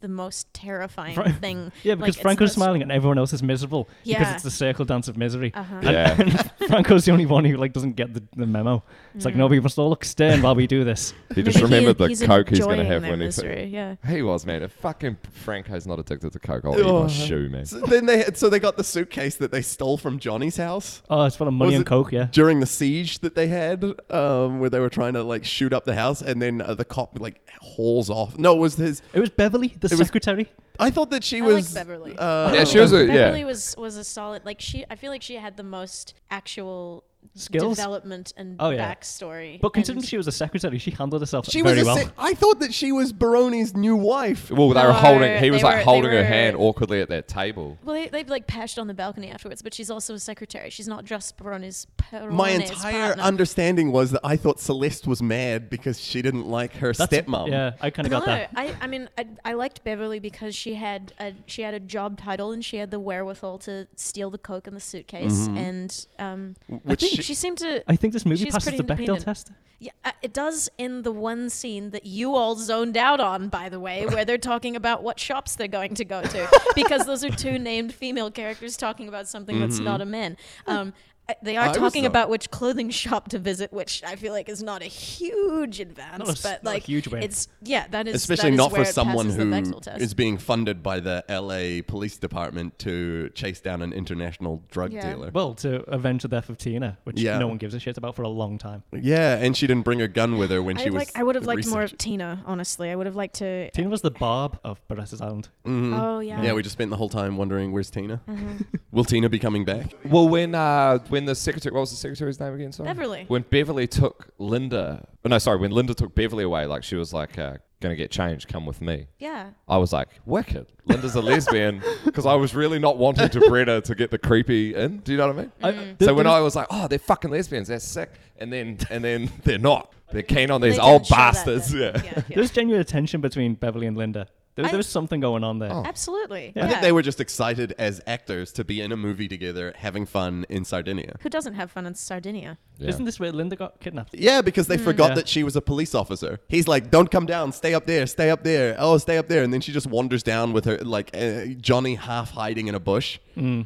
Speaker 6: the most terrifying thing.
Speaker 4: Yeah,
Speaker 6: Like,
Speaker 4: because
Speaker 6: it's
Speaker 4: Franco's
Speaker 6: the most-
Speaker 4: smiling and everyone else is miserable because
Speaker 6: Yeah.
Speaker 4: it's the circle dance of misery. And-
Speaker 5: Yeah.
Speaker 4: and Franco's the only one who like doesn't get the, the memo. It's like no, we must all look stern while we do this.
Speaker 5: He just
Speaker 6: Maybe he-
Speaker 5: remembered
Speaker 6: he's
Speaker 5: the coke he's gonna
Speaker 6: enjoying
Speaker 5: have
Speaker 6: their
Speaker 5: when he.
Speaker 6: misery, yeah.
Speaker 5: He was man. If fucking Franco's not addicted to coke, I'll eat my shoe, man.
Speaker 3: Oh. So then they so they got the suitcase that they stole from Johnny's house.
Speaker 4: Oh, it's full of money
Speaker 3: Was
Speaker 4: and
Speaker 3: it
Speaker 4: coke. Yeah,
Speaker 3: During the siege that they had, um, where they were trying to like shoot up the house, and then uh, the cop like hauls off. No, it was his.
Speaker 4: it was Beverly, the secretary.
Speaker 3: I thought that she
Speaker 6: I like
Speaker 3: was
Speaker 6: Beverly.
Speaker 3: Uh,
Speaker 5: Yeah, she was a
Speaker 6: Beverly
Speaker 5: yeah.
Speaker 6: was was a solid. Like she, I feel like she had the most actual
Speaker 4: Skills?
Speaker 6: development and
Speaker 4: Oh, yeah.
Speaker 6: backstory.
Speaker 4: But considering
Speaker 6: and-
Speaker 4: she was a secretary, she handled herself
Speaker 3: She
Speaker 4: very
Speaker 3: was. A
Speaker 4: well.
Speaker 3: se- I thought that she was Baroni's new wife.
Speaker 5: Well, they were
Speaker 6: No,
Speaker 5: holding. He was
Speaker 6: they
Speaker 5: like
Speaker 6: were- they
Speaker 5: holding her
Speaker 6: were-
Speaker 5: hand awkwardly at that table.
Speaker 6: well, they, they've like patched on the balcony afterwards, but she's also a secretary. She's not just Perone's. Perone's
Speaker 3: My entire
Speaker 6: partner.
Speaker 3: understanding was that I thought Celeste was mad because she didn't like her
Speaker 4: That's-
Speaker 3: stepmom.
Speaker 4: Yeah, Uh, I kind of
Speaker 6: No,
Speaker 4: got that.
Speaker 6: I, I mean, I, I liked Beverly because she had a she had a job title and she had the wherewithal to steal the coke in the suitcase, and um,
Speaker 3: Mm-hmm. Which
Speaker 6: I think
Speaker 3: she-
Speaker 6: she, seemed to.
Speaker 4: I think this movie
Speaker 6: she's
Speaker 4: passes
Speaker 6: pretty
Speaker 4: the Bechdel
Speaker 6: independent.
Speaker 4: test.
Speaker 6: Yeah, uh, it does in the one scene that you all zoned out on, by the way, where they're talking about what shops they're going to go to, because those are two named female characters talking about something that's not a man. Um, uh, they
Speaker 3: I
Speaker 6: are
Speaker 3: was
Speaker 6: talking
Speaker 3: zoned-
Speaker 6: about which clothing shop to visit, which I feel like is not a huge advance,
Speaker 4: Not a s-
Speaker 6: but
Speaker 4: not a
Speaker 6: like
Speaker 4: huge win.
Speaker 6: It's yeah, that is
Speaker 3: Especially
Speaker 6: that is
Speaker 3: not for
Speaker 6: where it
Speaker 3: someone
Speaker 6: passes the
Speaker 3: who
Speaker 6: Bechdel test.
Speaker 3: is being funded by the LA police department to chase down an international drug
Speaker 6: Yeah.
Speaker 3: dealer.
Speaker 4: Well, to avenge the death of Tina, which
Speaker 3: Yeah.
Speaker 4: no one gives a shit about for a long time.
Speaker 3: yeah, and she didn't bring her gun with her when
Speaker 6: I
Speaker 3: she
Speaker 6: like.
Speaker 3: was.
Speaker 6: I would have liked more of
Speaker 3: researching.
Speaker 6: Tina. Honestly, I would have liked to.
Speaker 4: Tina was the Barb of Barretta's Island.
Speaker 6: Oh yeah.
Speaker 3: Yeah, we just spent the whole time wondering where's Tina.
Speaker 6: Uh-huh.
Speaker 3: Will Tina be coming back?
Speaker 5: Well, when uh, when the secretary, what was the secretary's name again? Sorry,
Speaker 6: Beverly.
Speaker 5: When Beverly took Linda, oh, no, sorry, when Linda took Beverly away, like she was like, uh, "Gonna get changed, come with me."
Speaker 6: yeah.
Speaker 5: I was like, "Wicked." Linda's a lesbian because I was really not wanting to Bretta to get the creepy in. Do you know what I mean?
Speaker 4: I-
Speaker 5: so
Speaker 4: th-
Speaker 5: when
Speaker 4: there
Speaker 5: I was like, "Oh, they're fucking lesbians. That's sick," and then and then they're not. They're keen on these
Speaker 6: They
Speaker 5: old
Speaker 6: didn't show that,
Speaker 5: bastards.
Speaker 6: but-
Speaker 5: yeah.
Speaker 6: yeah, yeah.
Speaker 4: There's genuine tension between Beverly and Linda. There, there
Speaker 6: I- Oh.
Speaker 4: was something going on there.
Speaker 6: Absolutely.
Speaker 3: I
Speaker 6: yeah.
Speaker 3: think they were just excited as actors to be in a movie together, having fun in Sardinia.
Speaker 6: Who doesn't have fun in Sardinia?
Speaker 5: Yeah.
Speaker 4: Isn't this where Linda got kidnapped?
Speaker 3: Yeah, because
Speaker 6: Hmm.
Speaker 3: they forgot
Speaker 4: Yeah.
Speaker 3: that she was a police officer. He's like, "Don't come down. Stay up there. Stay up there. Oh, stay up there." And then she just wanders down with her like uh, Johnny half hiding in a bush.
Speaker 4: Hmm.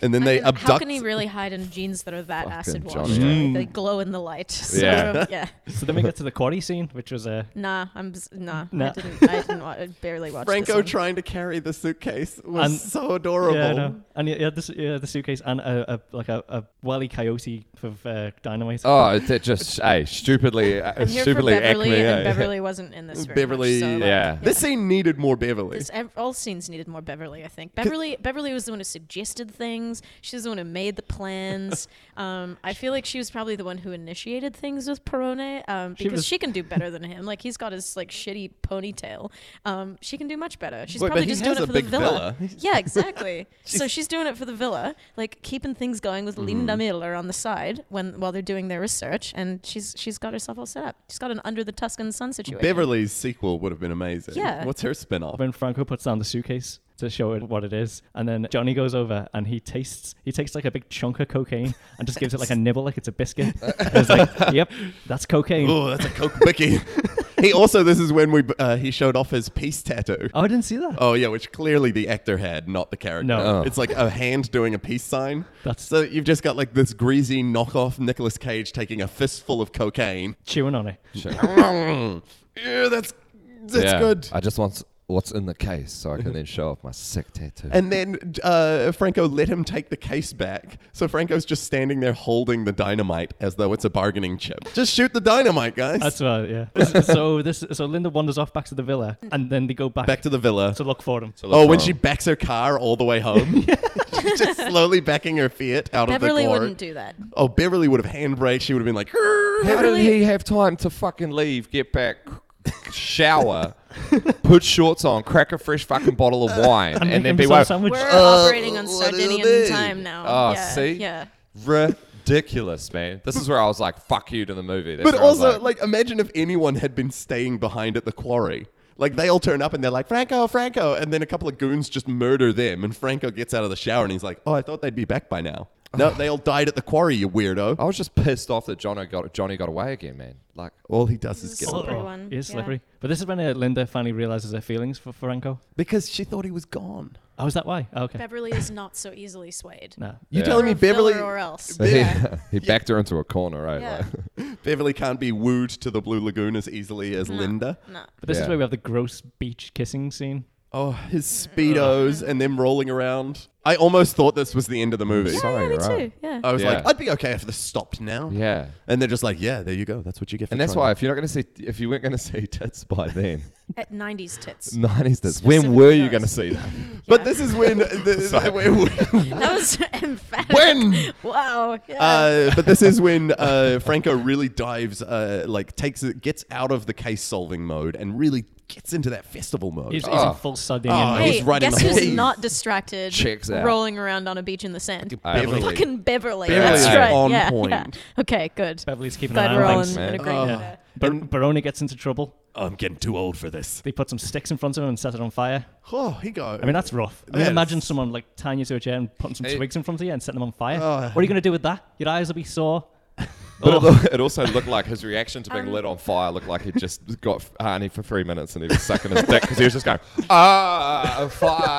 Speaker 3: And then they
Speaker 6: I mean,
Speaker 3: abduct.
Speaker 6: How can he really hide in jeans that are that acid washed?
Speaker 5: Johnny.
Speaker 6: right? They glow in the light. So,
Speaker 5: Yeah.
Speaker 6: yeah.
Speaker 4: So then we get to the quarry scene, which was uh,
Speaker 6: Nah, I'm s- nah.
Speaker 4: Nah.
Speaker 6: I didn't. I didn't. Wa- I barely watch. this
Speaker 3: Franco
Speaker 6: one.
Speaker 3: trying to carry the suitcase was
Speaker 4: And-
Speaker 3: so adorable.
Speaker 4: Yeah, I know. Oh. And he had this, he had the suitcase and a, a like a, a wily coyote of uh, dynamite.
Speaker 5: Oh, that just hey, stupidly, uh,
Speaker 6: I'm here for
Speaker 5: stupidly
Speaker 6: Beverly,
Speaker 5: acme,
Speaker 6: and
Speaker 5: eh?
Speaker 6: Beverly wasn't in this. Very
Speaker 3: Beverly,
Speaker 6: much, so, like,
Speaker 5: Yeah.
Speaker 3: This scene needed more Beverly.
Speaker 6: This, ev- all scenes needed more Beverly, I think. Beverly, Beverly was the one who suggested things. She was the one who made the plans. um, I feel like she was probably the one who initiated things with Perone um, because she,
Speaker 4: was-
Speaker 6: can do better than him. Like he's got his like shitty ponytail. Um, she can do much better. She's
Speaker 3: Wait, but
Speaker 6: probably
Speaker 3: he
Speaker 6: just
Speaker 3: has
Speaker 6: doing it
Speaker 3: a
Speaker 6: for the
Speaker 3: big
Speaker 6: villa.
Speaker 3: villa.
Speaker 6: yeah, exactly. so she's doing it for the villa, like keeping things going with Linda
Speaker 3: Mm-hmm.
Speaker 6: Miller on the side when while they're doing their research, and she's she's got herself all set up. She's got an under the Tuscan sun situation.
Speaker 3: Beverly's sequel would have been amazing.
Speaker 6: Yeah.
Speaker 3: What's her spin-off?
Speaker 4: when Franco puts down the suitcase to show it what it is, and then Johnny goes over and he tastes, he takes like a big chunk of cocaine and just gives it like a nibble, like it's a biscuit. And it's like, yep, that's cocaine.
Speaker 3: Oh, that's a Coke Bicky. he also, this is when we uh, he showed off his peace tattoo.
Speaker 4: Oh, I didn't see that.
Speaker 3: Oh yeah, which clearly the actor had, not the character.
Speaker 4: No.
Speaker 5: Oh.
Speaker 3: It's like a hand doing a peace sign.
Speaker 4: That's-
Speaker 3: so you've just got like this greasy knockoff Nicolas Cage taking a fistful of cocaine.
Speaker 4: Chewing on it.
Speaker 3: yeah, that's that's
Speaker 5: Yeah.
Speaker 3: good.
Speaker 5: I just want s- what's in the case so I can then show off my sick tattoo.
Speaker 3: And then uh, Franco let him take the case back. So Franco's just standing there holding the dynamite as though it's a bargaining chip. Just shoot the dynamite, guys.
Speaker 4: That's right, yeah. so this, so Linda wanders off back to the villa, and then they go back,
Speaker 3: back to the villa.
Speaker 4: to look for him.
Speaker 3: Oh, when she backs her car all the way home, just slowly backing her Fiat out of the
Speaker 6: Beverly
Speaker 3: car.
Speaker 6: wouldn't do that.
Speaker 3: Oh, Beverly would have handbraked. She would have been like, "Grrr."
Speaker 5: How did he have time to fucking leave, get back, shower, put shorts on, crack a fresh fucking bottle of wine, and,
Speaker 4: Make
Speaker 5: then
Speaker 4: him
Speaker 5: be
Speaker 4: some
Speaker 5: like,
Speaker 4: sandwich.
Speaker 6: We're operating on
Speaker 3: what it'll
Speaker 6: Sardinian
Speaker 3: be.
Speaker 6: time now.
Speaker 3: Ah,
Speaker 5: oh,
Speaker 6: yeah,
Speaker 5: see?
Speaker 6: Yeah.
Speaker 5: Ridiculous, man. This is where I was like, fuck you to the movie. That's
Speaker 3: but
Speaker 5: where I was
Speaker 3: also, like, imagine if anyone had been staying behind at the quarry. Like, they all turn up and they're like, Franco, Franco. And then a couple of goons just murder them. And Franco gets out of the shower and he's like, oh, I thought they'd be back by now. No, they all died at the quarry, you weirdo.
Speaker 5: I was just pissed off that Johnny got, Johnny got away again, man. Like,
Speaker 3: All he does is get
Speaker 6: Slippery
Speaker 3: away.
Speaker 6: one,
Speaker 4: He Oh, is
Speaker 6: yeah.
Speaker 4: slippery. But this is when uh, Linda finally realizes her feelings for Franco.
Speaker 3: Because she thought he was gone.
Speaker 4: Oh, is that why? Oh, okay.
Speaker 6: Beverly is not so easily swayed.
Speaker 4: No.
Speaker 3: You
Speaker 5: Yeah.
Speaker 3: telling me
Speaker 6: Or a filler
Speaker 3: Beverly
Speaker 6: or else.
Speaker 5: he backed her into a corner, right?
Speaker 6: Yeah.
Speaker 5: Like,
Speaker 3: Beverly can't be wooed to the Blue Lagoon as easily as Linda?
Speaker 6: No.
Speaker 4: But this
Speaker 5: Yeah.
Speaker 4: is where we have the gross beach kissing scene.
Speaker 3: Oh, his speedos and them rolling around. I almost thought this was the end of the movie.
Speaker 5: Sorry,
Speaker 6: yeah, me
Speaker 5: right.
Speaker 6: too. Yeah.
Speaker 3: I was
Speaker 5: Yeah.
Speaker 3: like, I'd be okay if this stopped now.
Speaker 5: Yeah.
Speaker 3: And they're just like, yeah, there you go. That's what you get. For
Speaker 5: And that's why
Speaker 3: trying.
Speaker 5: if you're not going to see, if you weren't going to see tits by then,
Speaker 6: At 90s tits.
Speaker 5: 90s tits,
Speaker 6: Specific
Speaker 5: when were you
Speaker 6: those.
Speaker 5: going to see them?
Speaker 3: But this is when. The, when
Speaker 6: That was emphatic.
Speaker 3: when
Speaker 6: Wow. Yeah.
Speaker 3: Uh, but this is when uh, Franco really dives, uh, like takes it, gets out of the case solving mode and really gets into that festival mode.
Speaker 4: He's, he's
Speaker 5: Ah.
Speaker 4: in full Sardinian
Speaker 3: Ah,
Speaker 4: mode.
Speaker 3: he's
Speaker 6: hey,
Speaker 3: right in
Speaker 6: guess
Speaker 3: the
Speaker 6: who's
Speaker 3: hole.
Speaker 6: not distracted?
Speaker 5: Checks out.
Speaker 6: Rolling around on a beach in the sand.
Speaker 5: I believe-
Speaker 6: Fucking Beverly.
Speaker 3: Beverly
Speaker 6: That's
Speaker 3: is
Speaker 6: right.
Speaker 3: on
Speaker 6: yeah,
Speaker 3: point.
Speaker 6: yeah. Okay, good.
Speaker 4: Beverly's keeping an eye
Speaker 6: Glad we're
Speaker 4: on
Speaker 6: all in,
Speaker 4: things.
Speaker 5: man.
Speaker 6: in agreement.
Speaker 3: Oh,
Speaker 6: Yeah.
Speaker 4: Bar- Baroni gets into trouble.
Speaker 3: I'm getting too old for this.
Speaker 4: They put some sticks in front of him and set it on fire.
Speaker 3: Oh, he go.
Speaker 4: I mean, that's rough. I mean,
Speaker 3: Yes.
Speaker 4: imagine someone like tying you to a chair and putting some
Speaker 5: Hey.
Speaker 4: twigs in front of you and setting them on fire.
Speaker 3: Oh.
Speaker 4: What are you going to do with that? Your eyes will be sore.
Speaker 5: But it
Speaker 4: Oh.
Speaker 5: loo- it also looked like his reaction to being
Speaker 6: Um.
Speaker 5: lit on fire looked like he just got Arnie for three minutes and he was sucking his dick because he was just going, ah,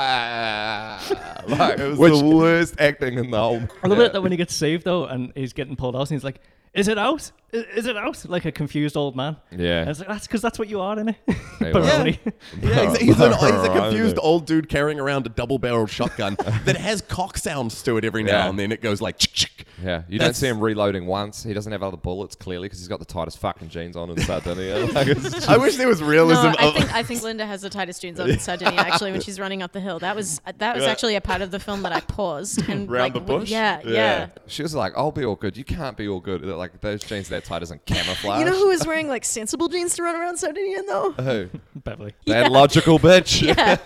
Speaker 5: fire. Like, it was the worst acting in the whole.
Speaker 4: I love
Speaker 5: Yeah.
Speaker 4: it that when he gets saved though, and he's getting pulled out, and he's like, "Is it out? Is, is it out?" Like a confused old man.
Speaker 5: Yeah.
Speaker 4: And it's like that's because that's what you are, isn't it?
Speaker 5: well.
Speaker 4: Baroni.
Speaker 3: Yeah, he's, he's, an, he's a
Speaker 5: Right.
Speaker 3: confused old dude carrying around a double-barreled shotgun that has cock sounds to it every now
Speaker 5: Yeah.
Speaker 3: and then. It goes like, chick, chick.
Speaker 5: Yeah, you don't
Speaker 3: That's-
Speaker 5: see him reloading once. He doesn't have other bullets clearly because he's got the tightest fucking jeans on in Sardinia. Like, it's just-
Speaker 3: I wish there was
Speaker 6: No,
Speaker 3: realism.
Speaker 6: I
Speaker 3: of-
Speaker 6: think I think Linda has the tightest jeans on in Sardinia actually when she's running up the hill. That was that was actually a part of the film that I paused and
Speaker 3: Round
Speaker 6: like
Speaker 3: the
Speaker 6: w-
Speaker 3: bush?
Speaker 6: Yeah, yeah.
Speaker 5: She was like, "I'll be all good. You can't be all good. They're Like those jeans that tight isn't camouflage."
Speaker 6: You know who was wearing like sensible jeans to run around Sardinia though?
Speaker 5: Who?
Speaker 4: Beverly.
Speaker 5: That logical bitch.
Speaker 6: yeah.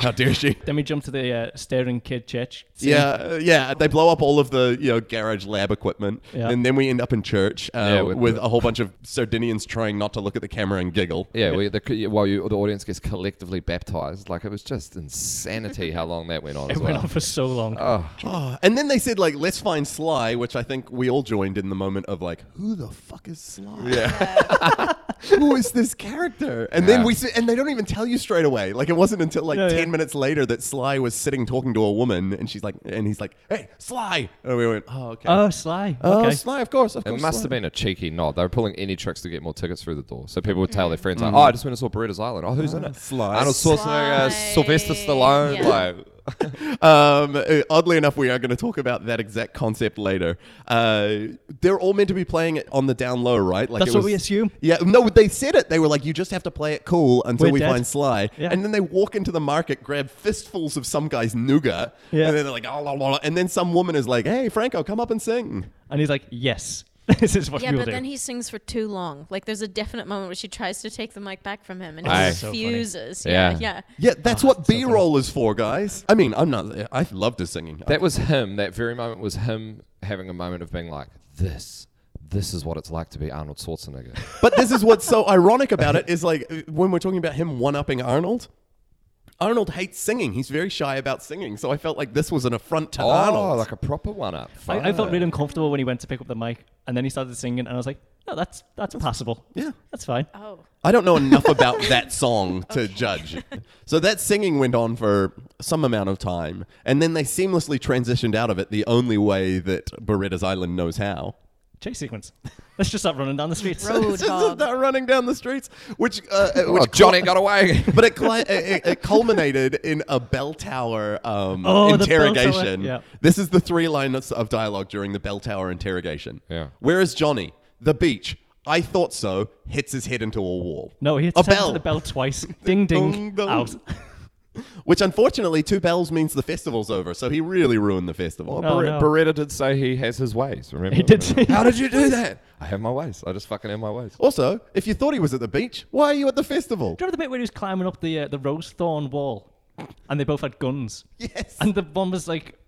Speaker 3: how dare she?
Speaker 4: Then we jump to the uh, staring kid church. scene.
Speaker 3: Yeah, uh, yeah. They blow up all of the you know garage lab equipment,
Speaker 4: Yeah.
Speaker 3: and then we end up in church uh,
Speaker 5: Yeah,
Speaker 3: with,
Speaker 5: with the-
Speaker 3: a whole bunch of Sardinians trying not to look at the camera and giggle.
Speaker 5: Yeah, well, the, while you, the audience gets collectively baptized, like it was just insanity how long that went on.
Speaker 4: It
Speaker 5: as
Speaker 4: went
Speaker 5: well.
Speaker 4: on for so long.
Speaker 3: Oh, and then they said like, "Let's find Sly," which I think we all joined in the moment of like, "Who the fuck is Sly? Who is this character?" And then
Speaker 5: Yeah.
Speaker 3: we s- and they don't even tell you straight away. Like it wasn't until like
Speaker 4: No,
Speaker 3: ten
Speaker 4: yeah.
Speaker 3: minutes later that Sly was sitting talking to a woman, and she's like, and he's like, "Hey, Sly," and we went, "Oh, okay."
Speaker 4: Oh, Sly.
Speaker 3: Oh,
Speaker 4: okay.
Speaker 3: Sly, of course, of
Speaker 5: It
Speaker 3: course.
Speaker 5: must
Speaker 3: Sly.
Speaker 5: have been a cheeky nod. They were pulling any tricks to get more tickets through the door. So people would tell their friends, like, "Oh, I just went and saw Beretta's Island. Oh, who's in it?
Speaker 3: Sly.
Speaker 5: Arnold Schwarzenegger,
Speaker 6: Sly.
Speaker 5: uh, Sylvester Stallone."
Speaker 6: Yeah.
Speaker 5: Like,
Speaker 3: um, uh, oddly enough, we are going to talk about that exact concept later. Uh, they're all meant to be playing it on the down low, right? Like
Speaker 4: That's what we assume.
Speaker 3: Yeah, no, they said it. They were like, "You just have to play it cool until
Speaker 4: We're
Speaker 3: we
Speaker 4: dead.
Speaker 3: find Sly,"
Speaker 4: Yeah.
Speaker 3: and then they walk into the market, grab fistfuls of some guy's nougat,
Speaker 4: Yeah.
Speaker 3: and then they're like, "Oh, la, la, la," and then some woman is like, "Hey, Franco, come up and sing."
Speaker 4: And he's like, "Yes, this is what
Speaker 6: Yeah,
Speaker 4: we will
Speaker 6: but
Speaker 4: do."
Speaker 6: then he sings for too long. Like there's a definite moment where she tries to take the mic back from him and
Speaker 5: Aye.
Speaker 6: he
Speaker 4: So funny.
Speaker 6: refuses.
Speaker 5: Yeah.
Speaker 6: yeah, yeah.
Speaker 3: Yeah, that's
Speaker 4: Oh,
Speaker 3: what B roll is for, guys. I mean, I'm not. I love the singing.
Speaker 5: that was him. That very moment was him having a moment of being like, "This, this is what it's like to be Arnold Schwarzenegger."
Speaker 3: But this is what's so ironic about it is like when we're talking about him one upping Arnold. Arnold hates singing. He's very shy about singing. So I felt like this was an affront to
Speaker 5: oh,
Speaker 3: Arnold.
Speaker 5: like a proper one up.
Speaker 4: I, I felt really uncomfortable when he went to pick up the mic, and then he started singing, and I was like, "No, that's that's passable.
Speaker 3: yeah.
Speaker 4: that's fine."
Speaker 6: Oh.
Speaker 3: I don't know enough about that song to judge. So that singing went on for some amount of time. And then they seamlessly transitioned out of it the only way that Beretta's Island knows how.
Speaker 4: Chase sequence. Let's just start running down the streets.
Speaker 6: Road
Speaker 3: It's just
Speaker 6: dog.
Speaker 3: they're running down the streets, which, uh, uh,
Speaker 5: Oh,
Speaker 3: which
Speaker 5: Johnny got away.
Speaker 3: but it, cli- it, it, it culminated in a bell tower um,
Speaker 4: Oh, the bell tower,
Speaker 3: interrogation.
Speaker 4: yeah.
Speaker 3: This is the three lines of dialogue during the bell tower interrogation.
Speaker 5: Yeah.
Speaker 3: Where is Johnny? The beach. I thought so. Hits his head into a wall.
Speaker 4: No, he
Speaker 3: a
Speaker 4: attempted
Speaker 3: bell.
Speaker 4: the bell twice. ding,
Speaker 3: Dong,
Speaker 4: ding,
Speaker 3: dong.
Speaker 4: out.
Speaker 3: Which unfortunately, two bells means the festival's over. So he really ruined the festival.
Speaker 4: Oh,
Speaker 5: Ber-
Speaker 4: no.
Speaker 5: Beretta did say he has his ways. Remember,
Speaker 4: He did say-
Speaker 5: How did you do that? I have my ways. I just fucking have my ways.
Speaker 3: Also, if you thought he was at the beach, why are you at the festival?
Speaker 4: Do you remember the bit where he was climbing up the uh, the rose thorn wall, and they both had guns?
Speaker 3: Yes.
Speaker 4: And the one was like,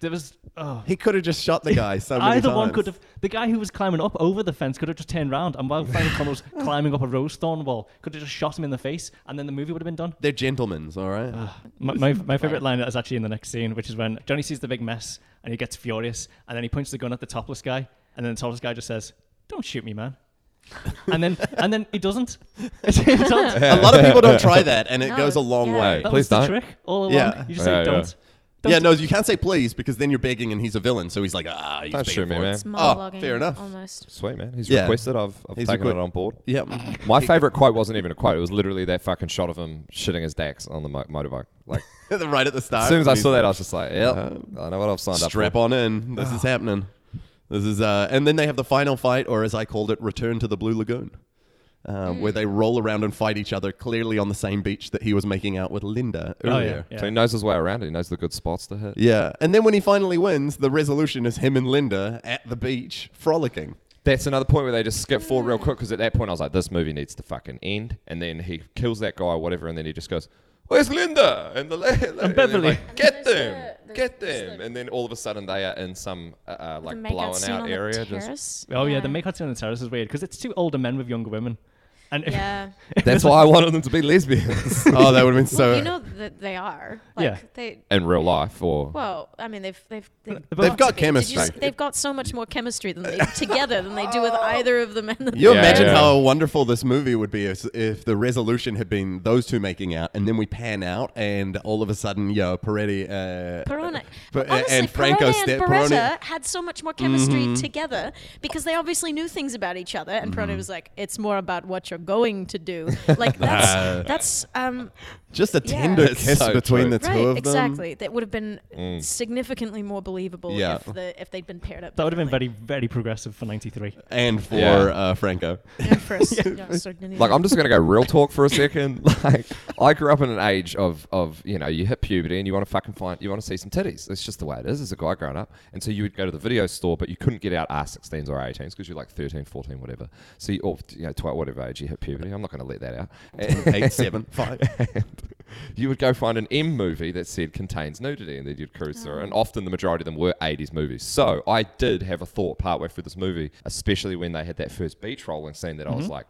Speaker 4: there was. Oh.
Speaker 3: He could have just shot the guy. So many
Speaker 4: Either one
Speaker 3: times.
Speaker 4: could have. The guy who was climbing up over the fence could have just turned round, and while Frank Connell was climbing up a rose thorn wall, could have just shot him in the face, and then the movie would have been done.
Speaker 3: They're gentlemen's, all right.
Speaker 4: My, my, my favorite line is actually in the next scene, which is when Johnny sees the big mess and he gets furious, and then he points the gun at the topless guy, and then the topless guy just says, "Don't shoot me, man." and then and then he doesn't. He doesn't.
Speaker 3: a lot of people don't try that, and it
Speaker 6: No,
Speaker 3: goes a long
Speaker 6: yeah.
Speaker 3: way.
Speaker 4: That
Speaker 5: Please
Speaker 4: was the
Speaker 5: don't.
Speaker 4: trick all along.
Speaker 3: Yeah.
Speaker 4: You just
Speaker 5: Yeah,
Speaker 4: say
Speaker 5: yeah.
Speaker 4: don't. Don't
Speaker 3: yeah,
Speaker 4: do-
Speaker 3: no, you can't say please because then you're begging and he's a villain. So he's like, ah, he's
Speaker 5: Don't
Speaker 3: begging
Speaker 5: shoot me,
Speaker 3: for it.
Speaker 5: man.
Speaker 6: Monologuing
Speaker 3: fair enough.
Speaker 6: Almost.
Speaker 5: Sweet, man. He's
Speaker 3: Yeah.
Speaker 5: requested. I've, I've
Speaker 3: He's
Speaker 5: taken
Speaker 3: requ-
Speaker 5: it on board.
Speaker 3: Yeah.
Speaker 5: My favorite quote wasn't even a quote. It was literally that fucking shot of him shitting his dacks on the mo- motorbike. Like,
Speaker 3: right at the start.
Speaker 5: as soon as I
Speaker 3: when
Speaker 5: saw
Speaker 3: he's-
Speaker 5: that, I was just like, yep, I know what I've signed
Speaker 3: uh, strap
Speaker 5: up
Speaker 3: on in. This is happening. This is, uh, and then they have the final fight, or as I called it, Return to the Blue Lagoon, uh,
Speaker 4: Hmm.
Speaker 3: where they roll around and fight each other, clearly on the same beach that he was making out with Linda
Speaker 4: Oh,
Speaker 3: earlier.
Speaker 4: yeah.
Speaker 5: for. So he knows his way around it. He knows the good spots to hit.
Speaker 3: Yeah. And then when he finally wins, the resolution is him and Linda at the beach frolicking.
Speaker 5: That's another point where they just skip forward
Speaker 6: Mm.
Speaker 5: real quick because at that point I was like, this movie needs to fucking end. And then he kills that guy or whatever, and then he just goes, Where's Linda? And the la- la- and
Speaker 4: Beverly.
Speaker 5: they're like, Get
Speaker 6: And there's
Speaker 5: them!
Speaker 6: the-
Speaker 5: Get
Speaker 6: there's
Speaker 5: them!
Speaker 6: the-
Speaker 5: And then all of a sudden they are in some uh, uh,
Speaker 6: The
Speaker 5: like
Speaker 6: makeout
Speaker 5: blown
Speaker 6: scene on
Speaker 5: out
Speaker 6: the
Speaker 5: area. Just,
Speaker 6: terrace.
Speaker 4: Oh yeah, the make out on the terrace is weird because it's two older men with younger women, and if-
Speaker 6: Yeah.
Speaker 5: that's why I wanted them to be lesbians
Speaker 3: Oh, that would have been so.
Speaker 6: well, you know that they are. Like,
Speaker 4: Yeah.
Speaker 6: They.
Speaker 5: in real life. Or
Speaker 6: Well, I mean, they've they've they've,
Speaker 4: They've
Speaker 3: got
Speaker 6: Did you s-
Speaker 3: chemistry. Oh.
Speaker 6: They've got so much more chemistry than they together than they do with either of the men. That
Speaker 3: You
Speaker 6: they're
Speaker 3: imagine
Speaker 6: with.
Speaker 5: yeah.
Speaker 3: how wonderful this movie would be if, if the resolution had been those two making out, and then we pan out, and all of a sudden, yo, Peretti, uh,
Speaker 6: Perona.
Speaker 3: Per-
Speaker 6: But honestly,
Speaker 3: and Franco
Speaker 6: Perona
Speaker 3: Ste-
Speaker 6: and
Speaker 3: Peroni- Mm-hmm.
Speaker 6: Beretta had so much more chemistry together because they obviously knew things about each other. And Perona was like, "It's more about what you're going to do." Like that's that's um,
Speaker 3: just a
Speaker 6: Yeah.
Speaker 3: tender
Speaker 6: That's
Speaker 3: kiss
Speaker 5: so
Speaker 3: between
Speaker 5: true.
Speaker 3: the two
Speaker 6: right,
Speaker 3: of them. Mm.
Speaker 6: exactly. That would have been significantly more believable
Speaker 3: Yeah.
Speaker 6: if the if they'd been paired up.
Speaker 4: that would have been
Speaker 6: differently.
Speaker 4: very very progressive for '93.
Speaker 3: And for
Speaker 5: Yeah.
Speaker 3: uh, Franco.
Speaker 6: And for us, you know, Sardinia.
Speaker 5: Like I'm just gonna go real talk for a second. Like I grew up in an age of of you know you hit puberty and you want to fucking find you want to see some titties. It's just the way it is as a guy growing up. And so you would go to the video store, but you couldn't get out R16s or R18s because you're like 13, 14, whatever. So you, or you know 12, whatever age you hit puberty. I'm not gonna let that out.
Speaker 3: Eight, seven, five.
Speaker 5: you would go find an M movie that said contains nudity, and then you'd cruise through. it. And often the majority of them were 80s movies. So I did have a thought partway through this movie, especially when they had that first beach rolling scene that I was like,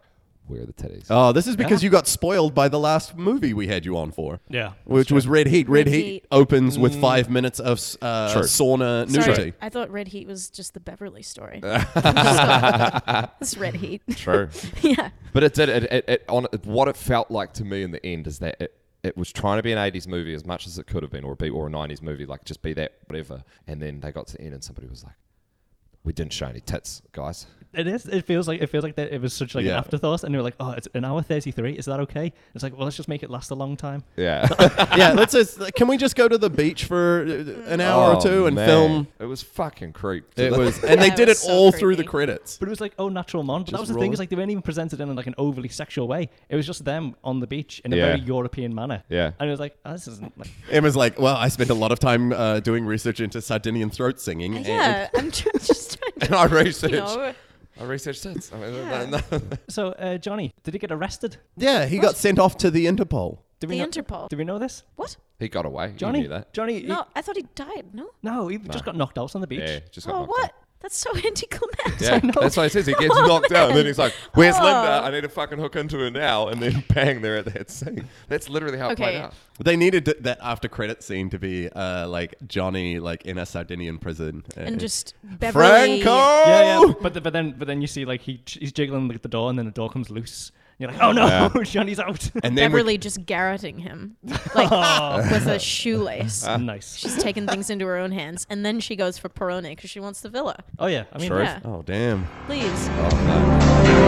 Speaker 5: where are the titties?
Speaker 3: Oh, this is because you got spoiled by the last movie we had you on for.
Speaker 4: Yeah,
Speaker 3: Which was Red Heat. Red,
Speaker 6: Red
Speaker 3: Heat,
Speaker 6: Heat.
Speaker 3: opens with five minutes of s- uh,
Speaker 5: True.
Speaker 3: sauna nudity.
Speaker 6: Sorry, I thought Red Heat was just the Beverly story. It's Red Heat.
Speaker 5: True.
Speaker 6: yeah.
Speaker 5: But it did. It, it, it on what it felt like to me in the end is that it, it was trying to be an '80s movie as much as it could have been, or be or a '90s movie, like just be that whatever. And then they got to the end, and somebody was like, "We didn't show any tits, guys."
Speaker 4: it is. It feels like it feels like that. It was such like
Speaker 3: Yeah.
Speaker 4: an afterthought, and they were like, "Oh, it's an hour 33. Is that okay?" It's like, well, let's just make it last a long time.
Speaker 5: Yeah,
Speaker 3: yeah, let's just, can we just go to the beach for uh, an hour
Speaker 5: Oh,
Speaker 3: or two and film?
Speaker 5: It was fucking creep.
Speaker 3: It was, and
Speaker 6: Yeah,
Speaker 3: they
Speaker 6: it
Speaker 3: did it,
Speaker 6: was so
Speaker 3: all through the
Speaker 6: creepy.
Speaker 3: credits.
Speaker 4: But it was like, oh, natural mon. That
Speaker 3: Just
Speaker 4: was the
Speaker 3: rolling.
Speaker 4: thing. Is like they weren't even presented in like an overly sexual way. It was just them on the beach in a
Speaker 5: Yeah.
Speaker 4: very European manner.
Speaker 5: Yeah.
Speaker 4: and it was like, oh, this isn't like
Speaker 3: Emma's like, well, I spent a lot of time uh, doing research into Sardinian throat singing. and-
Speaker 6: Yeah, I'm tr- just trying
Speaker 5: and
Speaker 6: to,
Speaker 5: I researched.
Speaker 6: you know,
Speaker 5: I researched tits. I mean,
Speaker 6: Yeah.
Speaker 5: no, no.
Speaker 4: So, uh, Johnny, did he get arrested?
Speaker 3: yeah, he got sent off to the Interpol.
Speaker 4: Did
Speaker 6: the
Speaker 4: know,
Speaker 6: Interpol.
Speaker 4: Did we know this?
Speaker 6: What?
Speaker 5: He got away.
Speaker 4: Johnny,
Speaker 5: you knew that.
Speaker 4: Johnny, he-
Speaker 6: No, I thought he died. No.
Speaker 4: no, he just got knocked out on the beach.
Speaker 5: Yeah, just got
Speaker 6: Oh,
Speaker 5: knocked
Speaker 6: what?
Speaker 5: out.
Speaker 6: That's so anticlimactic.
Speaker 5: Yeah,
Speaker 4: know.
Speaker 5: that's why he says he gets
Speaker 6: Oh,
Speaker 5: knocked out, and then
Speaker 6: man.
Speaker 5: he's like, "Where's
Speaker 6: Oh.
Speaker 5: Linda? I need to fucking hook into her now." And then bang, they're at that scene. That's literally how it played
Speaker 6: Okay.
Speaker 5: out.
Speaker 3: They needed th- that after credit scene to be uh, like Johnny, like in a Sardinian prison,
Speaker 6: And just Beverly.
Speaker 3: Franco.
Speaker 4: Yeah, yeah. But, the, but then but then you see like he he's jiggling the, the door, and then the door comes loose. And you're like, oh no, Johnny's out.
Speaker 3: And then we-
Speaker 6: Beverly just garroting him, like with a shoelace.
Speaker 4: nice.
Speaker 6: She's taken things into her own hands, and then she goes for Perone because she wants the villa.
Speaker 4: Oh yeah, I mean,
Speaker 5: Sure.
Speaker 6: Yeah, Mm.
Speaker 3: oh damn.
Speaker 6: please.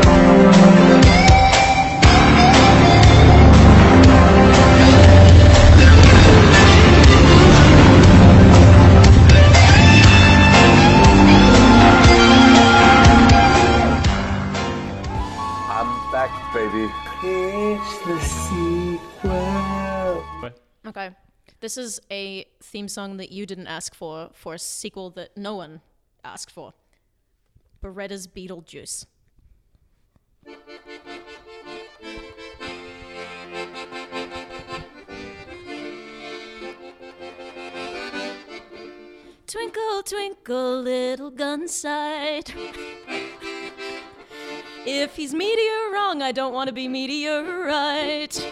Speaker 8: I'm back, baby. It's the sequel.
Speaker 6: Okay, this is a theme song that you didn't ask for for a sequel that no one asked for. Beretta's Beetlejuice. Twinkle, twinkle, little gun sight. If he's meteor wrong, I don't want to be meteorite.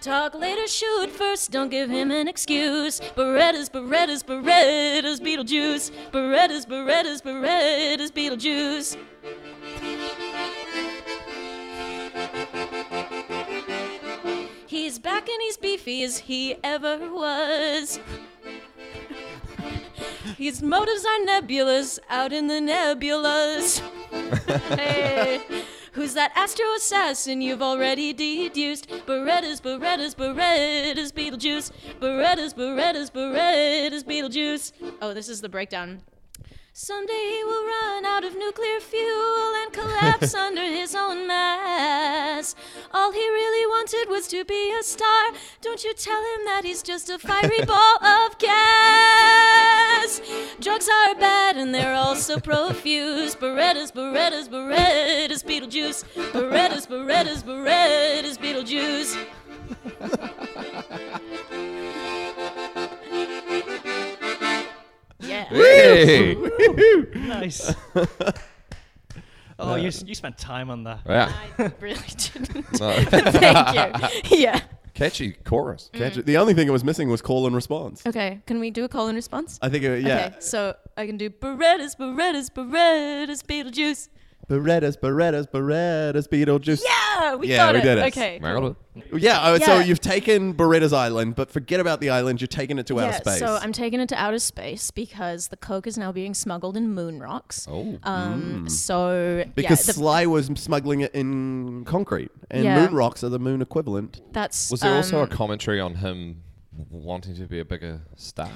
Speaker 6: Talk later, shoot first, don't give him an excuse. Berettas, Berettas, Berettas, Beetlejuice. Berettas, Berettas, Berettas, Beetlejuice. He's back and he's beefy beefy as he ever was. His motives are nebulous, out in the nebulas. hey, who's that astro assassin you've already deduced? Berettas, Berettas, Berettas, Beetlejuice. Berettas, Berettas, Berettas, Beetlejuice. Oh, this is the breakdown. Someday he will run out of nuclear fuel and collapse under his own mass. All he really wanted was to be a star. Don't you tell him that he's just a fiery ball of gas. Drugs are bad and they're also profuse. Berettas, Berettas, Berettas, Beetlejuice. Berettas, Berettas, Berettas, Beetlejuice. Yeah.
Speaker 5: Hey!
Speaker 4: Nice. oh, you, s- you spent time on that.
Speaker 5: yeah.
Speaker 6: I really didn't.
Speaker 5: No.
Speaker 6: Thank you. Yeah.
Speaker 5: Catchy chorus.
Speaker 3: Catch it. The only thing it was missing was call and response.
Speaker 6: Okay, can we do a call and response?
Speaker 5: Uh,
Speaker 3: I think, it, yeah.
Speaker 6: Okay, so I can do Berettas, Berettas, Berettas, Beetlejuice.
Speaker 3: Berettas, Berettas, Berettas, Beetlejuice.
Speaker 6: Yeah, we
Speaker 3: Yeah,
Speaker 6: got
Speaker 3: we
Speaker 6: it.
Speaker 3: did it.
Speaker 6: Okay.
Speaker 5: Nailed
Speaker 6: Um,
Speaker 5: it.
Speaker 3: Yeah, oh, so
Speaker 6: Yeah.
Speaker 3: you've taken Beretta's Island, but forget about the island. You're taking it to outer
Speaker 6: yeah,
Speaker 3: space.
Speaker 6: so I'm taking it to outer space because the coke is now being smuggled in moon rocks.
Speaker 5: Oh.
Speaker 6: Um, so
Speaker 3: because
Speaker 6: yeah, the,
Speaker 3: Sly was smuggling it in concrete, and
Speaker 6: Yeah.
Speaker 3: moon rocks are the moon equivalent.
Speaker 6: that's
Speaker 5: Was there also a
Speaker 6: um,
Speaker 5: commentary on him wanting to be a bigger star?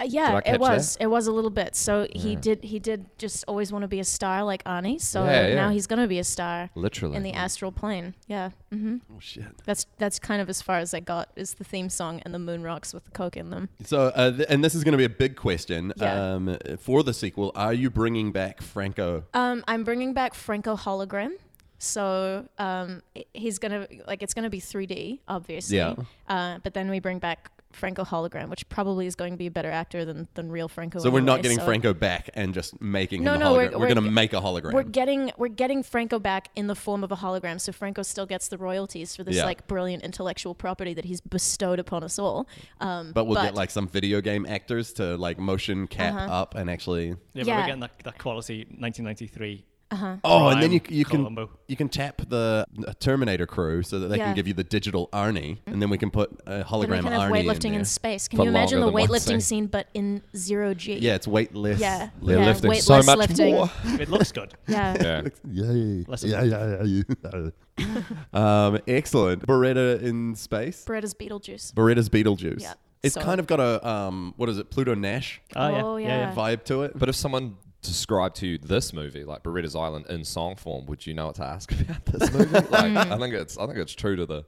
Speaker 6: Uh,
Speaker 5: Did I
Speaker 6: yeah,
Speaker 5: catch
Speaker 6: it was. It was a little bit. So he did. He did just always want to be a star like Arnie. So
Speaker 5: Yeah, yeah.
Speaker 6: now he's gonna be a star
Speaker 5: Literally.
Speaker 6: in the astral plane. Yeah. hmm
Speaker 3: Oh shit!
Speaker 6: That's that's kind of as far as I got. Is the theme song and the moon rocks with the coke in them.
Speaker 3: So, uh, th- and this is going to be a big question
Speaker 6: Yeah.
Speaker 3: um, for the sequel. Are you bringing back Franco?
Speaker 6: Um, I'm bringing back Franco hologram. So um, i- he's gonna like it's gonna be 3D, obviously.
Speaker 3: Yeah.
Speaker 6: Uh, but then we bring back Franco hologram, which probably is going to be a better actor than than real Franco.
Speaker 3: So we're not
Speaker 6: anyway,
Speaker 3: getting
Speaker 6: so-
Speaker 3: Franco back and just making
Speaker 6: No,
Speaker 3: him a
Speaker 6: no,
Speaker 3: hologram.
Speaker 6: we're-
Speaker 3: We're,
Speaker 6: we're
Speaker 3: going to
Speaker 6: ge-
Speaker 3: make a hologram.
Speaker 6: We're getting we're getting Franco back in the form of a hologram, so Franco still gets the royalties for this
Speaker 3: Yeah.
Speaker 6: like brilliant intellectual property that he's bestowed upon us all. Um,
Speaker 3: but we'll get
Speaker 6: but-
Speaker 3: like some video game actors to like motion cap
Speaker 6: Uh-huh.
Speaker 3: up and actually.
Speaker 4: Yeah, but
Speaker 6: Yeah.
Speaker 4: we're getting that, that quality 1993.
Speaker 3: Oh, and then you,
Speaker 4: Prime
Speaker 3: you can
Speaker 4: combo.
Speaker 3: you can tap the uh, Terminator crew so that they
Speaker 6: Yeah.
Speaker 3: can give you the digital Arnie, and then we can put a
Speaker 6: then
Speaker 3: hologram
Speaker 6: we can have
Speaker 3: Arnie in
Speaker 6: weightlifting in,
Speaker 3: there.
Speaker 6: space. Can
Speaker 5: For
Speaker 6: you imagine the
Speaker 5: longer than one
Speaker 6: weightlifting
Speaker 5: scene.
Speaker 6: scene, but in zero G?
Speaker 3: yeah, it's weightless.
Speaker 6: Yeah.
Speaker 3: Lift.
Speaker 6: yeah.
Speaker 5: lifting so
Speaker 6: weightless
Speaker 5: much
Speaker 6: lifting.
Speaker 5: more.
Speaker 4: It looks good.
Speaker 6: Yeah.
Speaker 5: Yeah.
Speaker 2: Yay.
Speaker 4: Less of
Speaker 2: Yeah, yeah, yeah. yeah.
Speaker 3: Um, excellent. Beretta in space.
Speaker 6: Beretta's Beetlejuice.
Speaker 3: Beretta's Beetlejuice.
Speaker 6: Yeah,
Speaker 3: It's
Speaker 6: so-
Speaker 3: kind of got a um, what is it, Pluto Nash
Speaker 4: Oh, yeah.
Speaker 6: Oh,
Speaker 4: yeah.
Speaker 6: yeah.
Speaker 4: yeah.
Speaker 3: vibe to it.
Speaker 5: But if someone described to you this movie, like Beretta's Island, in song form, would you know what to ask about this movie? like,
Speaker 6: Mm.
Speaker 5: I think it's I think it's true to the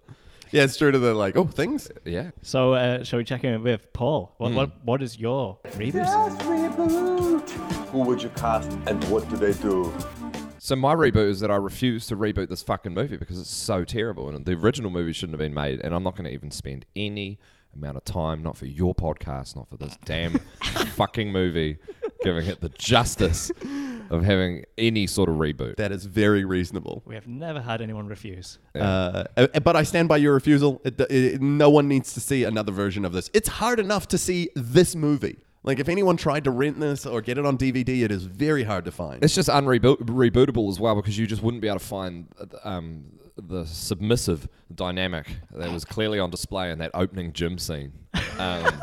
Speaker 3: yeah, it's true to the like, oh, things.
Speaker 5: yeah.
Speaker 4: So, uh, shall we check in with Paul? What, what, what is your reboot?
Speaker 8: Who would you cast and what do they do?
Speaker 5: So my reboot is that I refuse to reboot this fucking movie because it's so terrible and the original movie shouldn't have been made and I'm not going to even spend any amount of time not for your podcast not for this damn fucking movie giving it the justice of having any sort of reboot.
Speaker 3: That is very reasonable.
Speaker 4: We have never had anyone refuse.
Speaker 3: Uh, uh, but I stand by your refusal. It, it, no one needs to see another version of this. It's hard enough to see this movie. Like, if anyone tried to rent this or get it on DVD, it is very hard to find.
Speaker 5: It's just unreboot rebootable as well because you just wouldn't be able to find um, the submissive dynamic that was clearly on display in that opening gym scene. Um,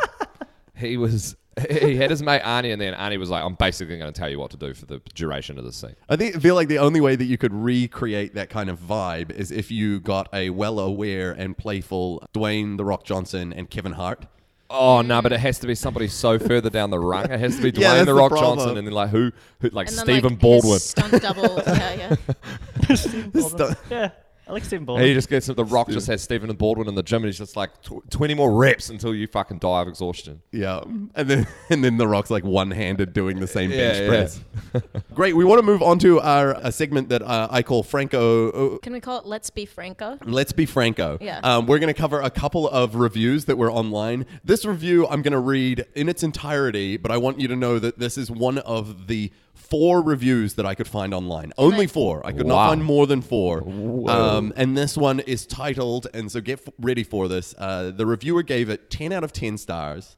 Speaker 5: he was he had his mate Arnie, and then Arnie was like, "I'm basically going to tell you what to do for the duration of the scene."
Speaker 3: I think feel like the only way that you could recreate that kind of vibe is if you got a well aware and playful Dwayne the Rock Johnson and Kevin Hart.
Speaker 5: Oh no, but it has to be somebody so further down the rung. It has to be Dwayne
Speaker 3: Yeah, that's
Speaker 5: the
Speaker 3: the
Speaker 5: Rock
Speaker 3: problem.
Speaker 5: Johnson, and then like who, who like
Speaker 6: And then,
Speaker 5: Stephen
Speaker 6: like, his
Speaker 5: Baldwin.
Speaker 6: stunt double. yeah, yeah.
Speaker 4: Stephen Baldwin. yeah, I like Stephen
Speaker 5: And
Speaker 4: Baldwin.
Speaker 5: he just gets the Rock just has Stephen Baldwin in the gym, and he's just like tw- twenty more reps until you fucking die of exhaustion.
Speaker 3: Yeah, and then and then the Rock's like one handed doing the same
Speaker 5: Yeah,
Speaker 3: bench
Speaker 5: yeah.
Speaker 3: press. Great. We want to move on to our a segment that uh, I call Franco. uh,
Speaker 6: Can we call it Let's Be Franco?
Speaker 3: Let's be Franco.
Speaker 6: Yeah.
Speaker 3: Um, we're going to cover a couple of reviews that were online. This review I'm going to read in its entirety, but I want you to know that this is one of the four reviews that I could find online. Only four. I could not
Speaker 5: Wow.
Speaker 3: find more than four. Um, and this one is titled, and so get f- ready for this. Uh, the reviewer gave it 10 out of 10 stars.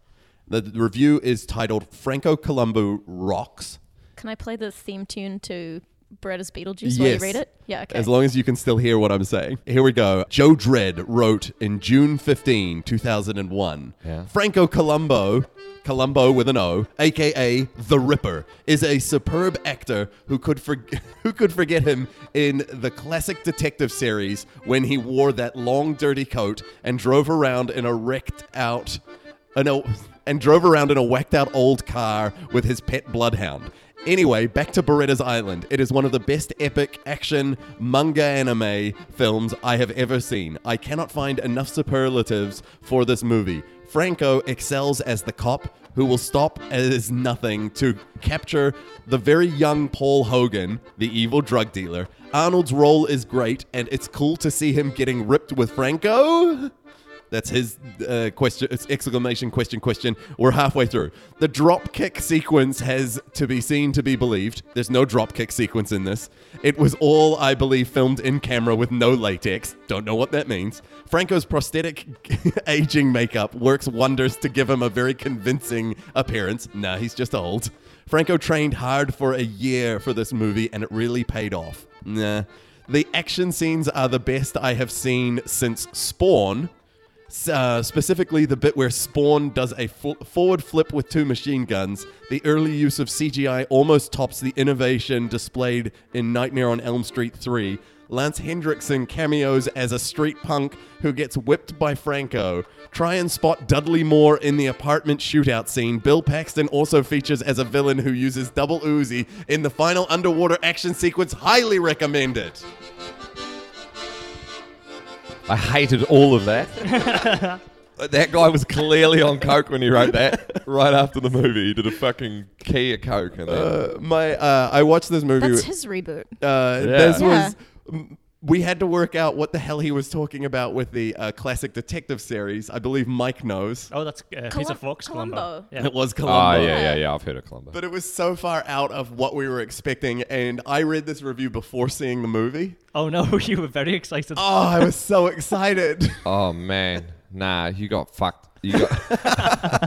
Speaker 3: The the review is titled Franco Colombo Rocks.
Speaker 6: Can I play the theme tune to Beretta's Beetlejuice while you
Speaker 3: Yes.
Speaker 6: read it? Yeah, okay.
Speaker 3: As long as you can still hear what I'm saying. Here we go. Joe Dredd wrote in June 15, 2001
Speaker 5: Yeah.
Speaker 3: Franco Colombo, Colombo with an O, aka The Ripper, is a superb actor who could, for- who could forget him in the classic detective series when he wore that long, dirty coat and drove around in a wrecked out. Uh, no, and drove around in a whacked out old car with his pet bloodhound. Anyway, back to Beretta's Island. It is one of the best epic action manga anime films I have ever seen. I cannot find enough superlatives for this movie. Franco excels as the cop who will stop as nothing to capture the very young Paul Hogan, the evil drug dealer. Arnold's role is great, and it's cool to see him getting ripped with Franco. That's his uh, question. It's exclamation question question. We're halfway through. The drop kick sequence has to be seen to be believed. There's no drop kick sequence in this. It was all, I believe, filmed in camera with no latex. Don't know what that means. Franco's prosthetic aging makeup works wonders to give him a very convincing appearance. Nah, he's just old. Franco trained hard for a year for this movie, and it really paid off. Nah. The action scenes are the best I have seen since Spawn, uh, specifically the bit where Spawn does a fl- forward flip with two machine guns. The early use of CGI almost tops the innovation displayed in Nightmare on Elm Street 3. Lance Hendrickson cameos as a street punk who gets whipped by Franco. Try and spot Dudley Moore in the apartment shootout scene. Bill Paxton also features as a villain who uses double Uzi in the final underwater action sequence. Highly recommend it.
Speaker 5: I hated all of that. But that guy was clearly on coke when he wrote that. Right after the movie, he did a fucking key of coke and then
Speaker 3: Uh, my, uh, I watched this movie.
Speaker 6: That's his reboot.
Speaker 3: Uh this
Speaker 6: Yeah.
Speaker 3: was m- we had to work out what the hell he was talking about with the uh, classic detective series. I believe Mike knows.
Speaker 4: Oh, that's uh, Piece
Speaker 6: Colum-
Speaker 4: of Fox, Columbo.
Speaker 6: Columbo.
Speaker 4: Yeah.
Speaker 3: And it was Columbo.
Speaker 5: Ah, yeah, yeah, yeah. I've heard of Columbo.
Speaker 3: But it was so far out of what we were expecting, and I read this review before seeing the movie.
Speaker 4: Oh no, you were very excited.
Speaker 3: Oh, I was so excited.
Speaker 5: oh man, nah, you got fucked. You got.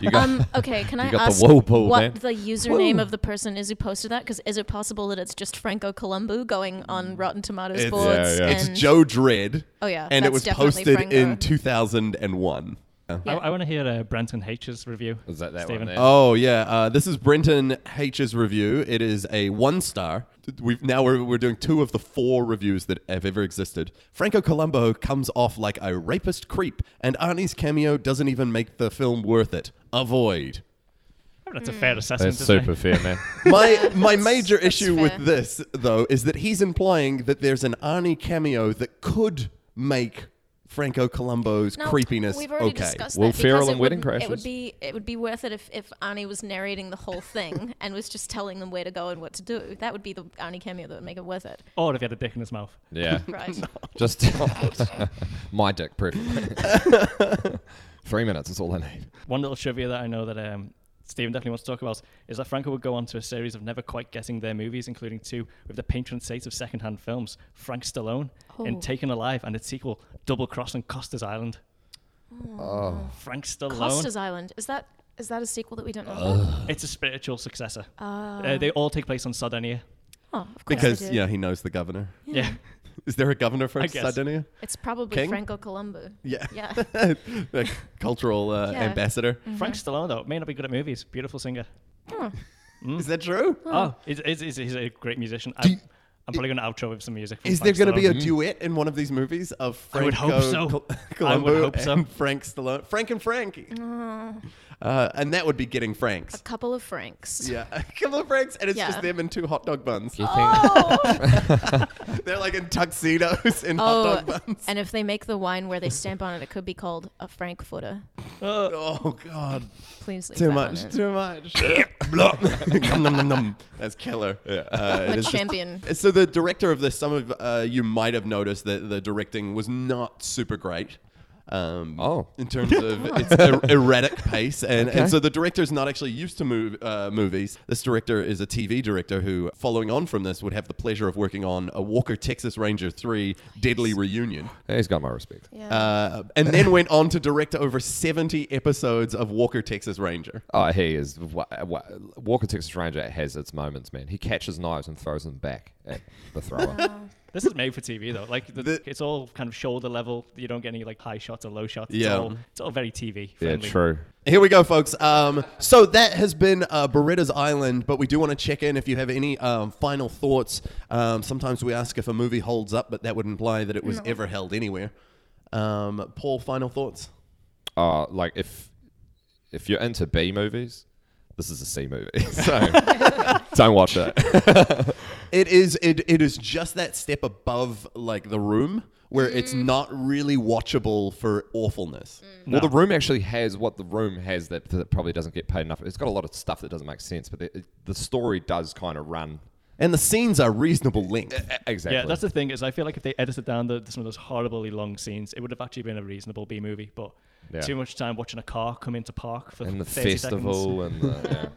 Speaker 5: you got.
Speaker 6: Um, okay, can I
Speaker 5: got the
Speaker 6: ask
Speaker 5: whoa pull,
Speaker 6: what
Speaker 5: man.
Speaker 6: the username of the person is who posted that? Because is it possible that it's just Franco Columbo going on Rotten Tomatoes
Speaker 3: It's-
Speaker 6: boards?
Speaker 5: Yeah, yeah.
Speaker 6: And
Speaker 3: it's Joe Dredd.
Speaker 6: Oh, yeah,
Speaker 3: and it
Speaker 6: that's
Speaker 3: was
Speaker 6: definitely
Speaker 3: posted
Speaker 6: Franco.
Speaker 3: in 2001.
Speaker 4: I, I want to hear uh, Brenton H's review.
Speaker 5: Is that that
Speaker 4: Stephen.
Speaker 5: one there?
Speaker 3: Oh yeah, uh, this is Brenton H's review. It is a one star. We've now we're, we're doing two of the four reviews that have ever existed. Franco Colombo comes off like a rapist creep, and Arnie's cameo doesn't even make the film worth it. Avoid.
Speaker 4: Oh, that's a fair assessment.
Speaker 5: That's
Speaker 4: isn't it?
Speaker 5: super fair, man.
Speaker 3: My my major issue
Speaker 6: fair.
Speaker 3: with this though is that he's implying that there's an Arnie cameo that could make Franco Colombo's
Speaker 6: No,
Speaker 3: creepiness
Speaker 6: We've already
Speaker 3: okay.
Speaker 6: discussed
Speaker 5: Will
Speaker 6: that because
Speaker 5: Ferrell
Speaker 6: it
Speaker 5: and Wedding
Speaker 6: wouldn't- It
Speaker 5: Crashers?
Speaker 6: would be it would be worth it if, if Arnie was narrating the whole thing and was just telling them where to go and what to do. That would be the Arnie cameo that would make it worth it.
Speaker 4: Or if he Oh, had a dick in his mouth.
Speaker 5: Yeah.
Speaker 6: Right.
Speaker 5: Just my dick, preferably. Three minutes is all I need.
Speaker 4: One little trivia that I know that um, Stephen definitely wants to talk about is that Franco would go on to a series of never quite getting their movies, including two with the patron saint of secondhand films, Frank Stallone, in
Speaker 6: Oh.
Speaker 4: Taken Alive and its sequel, Double Cross on Costa's Island.
Speaker 5: Oh,
Speaker 4: Frank Stallone.
Speaker 6: Costa's Island is that is that a sequel that we don't know? about?
Speaker 4: It's a spiritual successor. Uh, they all take place on Sardinia.
Speaker 6: Oh, of course
Speaker 3: because
Speaker 6: they do.
Speaker 3: yeah, he knows the governor.
Speaker 4: Yeah.
Speaker 3: Is there a governor for
Speaker 4: I guess.
Speaker 3: Sardinia?
Speaker 6: it's probably
Speaker 3: King?
Speaker 6: Franco Columbo.
Speaker 3: Yeah.
Speaker 6: Yeah.
Speaker 3: the cultural uh,
Speaker 6: Yeah.
Speaker 3: ambassador.
Speaker 4: Frank Stallone, though, may not be good at movies. Beautiful singer.
Speaker 3: Is that true?
Speaker 4: Oh, he's, he's, he's- he's a great musician. I'm,
Speaker 3: you-
Speaker 4: I'm probably going to outro with some music. From
Speaker 3: Is there going to be a
Speaker 4: Stallone.
Speaker 3: duet in one of these movies of
Speaker 4: I would
Speaker 3: Franco
Speaker 4: hope so.
Speaker 3: Col-
Speaker 4: I would
Speaker 3: Columbo
Speaker 4: hope so.
Speaker 3: and Frank Stallone? Frank and Frankie.
Speaker 6: Oh.
Speaker 3: Uh, and that would be getting Franks.
Speaker 6: Couple of Franks.
Speaker 3: Yeah, a couple of Franks, and it's
Speaker 6: Yeah.
Speaker 3: just them in two hot dog buns.
Speaker 5: you think?
Speaker 6: Uh, Oh!
Speaker 3: They're like in tuxedos and hot
Speaker 6: Oh,
Speaker 3: dog buns.
Speaker 6: and if they make the wine where they stamp on it, it could be called a Frankfurter.
Speaker 3: Oh God,
Speaker 6: Please leave
Speaker 3: too
Speaker 6: that
Speaker 3: much,
Speaker 6: one in.
Speaker 3: too much. Blop. Nom, nom, nom. That's killer. Uh, it
Speaker 6: I'm a
Speaker 3: is just-
Speaker 6: champion.
Speaker 3: So the director of this, some of uh, you might have noticed that the directing was not super great. Um,
Speaker 5: Oh.
Speaker 3: in terms of its er- erratic pace, and, and so the director's not actually used to move uh, movies. This director is a TV director who, following on from this, would have the pleasure of working on a Walker Texas Ranger Three: Deadly Reunion.
Speaker 5: He's got my respect.
Speaker 6: Yeah.
Speaker 3: Uh, and then went on to direct over 70 episodes of Walker Texas Ranger.
Speaker 5: Oh, he is. wa- wa- Walker Texas Ranger has its moments, man. He catches knives and throws them back at the thrower.
Speaker 4: This is made for TV though. Like the,
Speaker 3: The-
Speaker 4: it's all kind of shoulder level. You don't get any like high shots or low shots. It's
Speaker 3: Yeah.
Speaker 4: all it's all very TV.
Speaker 5: yeah,
Speaker 4: Friendly.
Speaker 5: true.
Speaker 3: Here we go, folks. Um, so that has been uh, Beretta's Island, but we do want to check in if you have any um, final thoughts. Um, sometimes we ask if a movie holds up, but that would imply that it was ever held anywhere. Um, Paul, final thoughts?
Speaker 5: Uh, like if if you're into B movies, this is a C movie. So don't watch it.
Speaker 3: It is it, it is just that step above like the room where it's not really watchable for awfulness.
Speaker 5: Well, the room actually has what the room has that, that probably doesn't get paid enough. It's got a lot of stuff that doesn't make sense, but the, the story does kind of run.
Speaker 3: And the scenes are reasonable length.
Speaker 5: Exactly.
Speaker 4: Yeah, that's the thing is I feel like if they edited down the, some of those horribly long scenes, it would have actually been a reasonable B movie. But
Speaker 5: Yeah.
Speaker 4: too much time watching a car come into park for
Speaker 5: and the
Speaker 4: 30 Seconds.
Speaker 5: festival and the, yeah.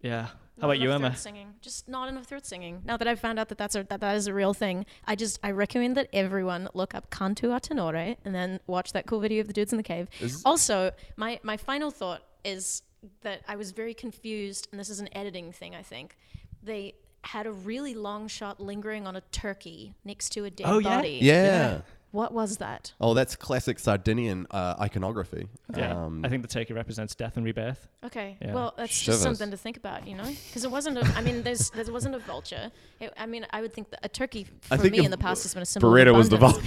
Speaker 4: Yeah. How about you, Emma?
Speaker 6: Singing, just not enough throat singing. Now that I've found out that that's a, that that is a real thing, I just I recommend that everyone look up Cantu a Tenore and then watch that cool video of the dudes in the cave. also, my my final thought is that I was very confused, and this is an editing thing. I think they had a really long shot lingering on a turkey next to a dead
Speaker 4: Oh, yeah?
Speaker 6: body.
Speaker 3: yeah.
Speaker 6: What was that?
Speaker 3: Oh, that's classic Sardinian uh, iconography.
Speaker 4: Yeah.
Speaker 3: Um,
Speaker 4: I think the turkey represents death and rebirth.
Speaker 6: Okay.
Speaker 4: Yeah.
Speaker 6: Well, that's
Speaker 5: Shivers.
Speaker 6: just something to think about, you know, because it wasn't. A, I mean, there's there wasn't a vulture. It, I mean, I would think that a turkey
Speaker 3: I
Speaker 6: for
Speaker 3: think
Speaker 6: me
Speaker 3: if-
Speaker 6: in the past has been a symbol.
Speaker 3: Beretta
Speaker 6: of
Speaker 3: was the
Speaker 6: abundance.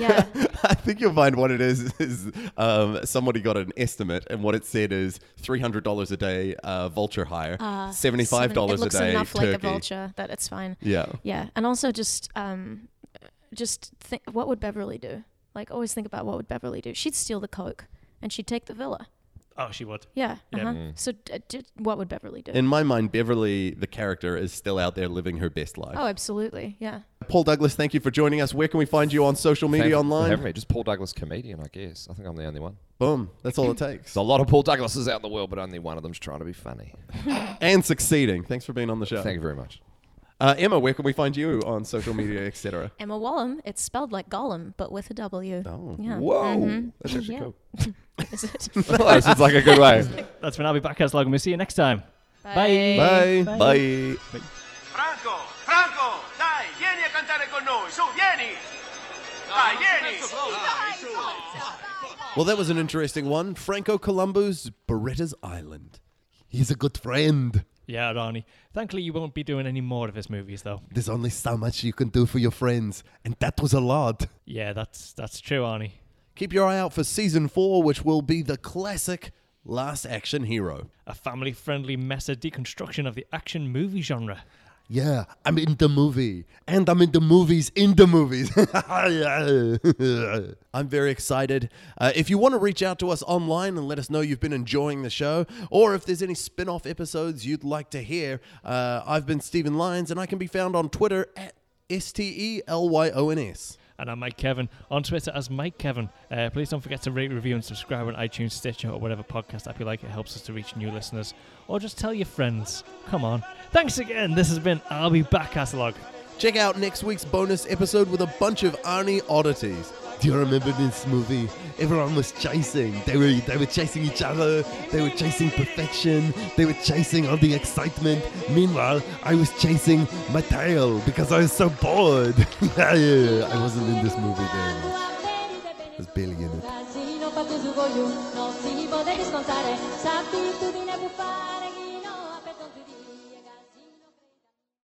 Speaker 6: yeah.
Speaker 3: I think you'll find what it is is um, somebody got an estimate, and what it said is three hundred dollars a day uh, vulture hire,
Speaker 6: Uh,
Speaker 3: seventy five dollars a
Speaker 6: It looks
Speaker 3: day
Speaker 6: enough
Speaker 3: turkey.
Speaker 6: like a vulture that it's fine.
Speaker 3: Yeah,
Speaker 6: Yeah, and also just um, just think what would Beverly do? Like always think about what would Beverly do? She'd steal the coke and she'd take the villa.
Speaker 4: Oh, she would.
Speaker 6: Yeah.
Speaker 4: Yeah.
Speaker 6: Uh-huh.
Speaker 3: Mm.
Speaker 6: So d- d- what would Beverly do?
Speaker 3: in my mind, Beverly, the character, is still out there living her best life.
Speaker 6: oh, absolutely. Yeah.
Speaker 3: Paul Douglas, thank you for joining us. Where can we find you on social media
Speaker 5: Thank you for
Speaker 3: online?
Speaker 5: having me. Just Paul Douglas comedian, I guess. I think I'm the only one.
Speaker 3: Boom, that's all it takes.
Speaker 5: There's a lot of Paul Douglases out in the world, but only one of them's trying to be funny.
Speaker 3: And succeeding. Thanks for being on the show,
Speaker 5: Thank you very much.
Speaker 3: uh, Emma. Where can we find you on social media, etc.?
Speaker 6: Emma Wallum. It's spelled like Gollum, but with a W.
Speaker 3: Oh.
Speaker 6: Yeah.
Speaker 5: Whoa, that's actually
Speaker 6: Mm-hmm. Yeah.
Speaker 5: cool.
Speaker 6: Is it?
Speaker 5: this is like a good way.
Speaker 4: That's when I'll be back, as Logan. We'll see you next time. Bye.
Speaker 3: Bye. Bye.
Speaker 9: Franco, Franco, dai, vieni a cantare con noi, su, vieni! Dai, vieni! Dai, su!
Speaker 3: Well, that was an interesting one. Franco Columbo's Beretta's Island. He's a good friend.
Speaker 4: Yeah, Ronnie. Thankfully, you won't be doing any more of his movies, though.
Speaker 3: There's only so much you can do for your friends, and that was a lot.
Speaker 4: Yeah, that's that's true, Arnie.
Speaker 3: Keep your eye out for season four, which will be the classic Last Action Hero.
Speaker 4: A family-friendly meta deconstruction of the action movie genre.
Speaker 2: Yeah, I'm in the movie. And I'm in the movies in the movies.
Speaker 3: I'm very excited. Uh, if you want to reach out to us online and let us know you've been enjoying the show, or if there's any spin off episodes you'd like to hear, uh, I've been Stephen Lyons, and I can be found on Twitter at S T E L Y O N S.
Speaker 4: And I'm Mike Kevin on Twitter as Mike Kevin. Uh, please don't forget to rate, review, and subscribe on iTunes, Stitcher, or whatever podcast app you like. It helps us to reach new listeners. Or just tell your friends. Come on. Thanks again. This has been I'll Be Back Catalog.
Speaker 3: Check out next week's bonus episode with a bunch of Arnie oddities.
Speaker 2: Do you remember this movie? Everyone was chasing. They were they were chasing each other. They were chasing perfection. They were chasing all the excitement. Meanwhile, I was chasing my tail because I was so bored. I wasn't in this movie very much. There's Billy in it.
Speaker 10: Francino, fatti su con lui, non si può descontare, sappi tu di ne può fare chi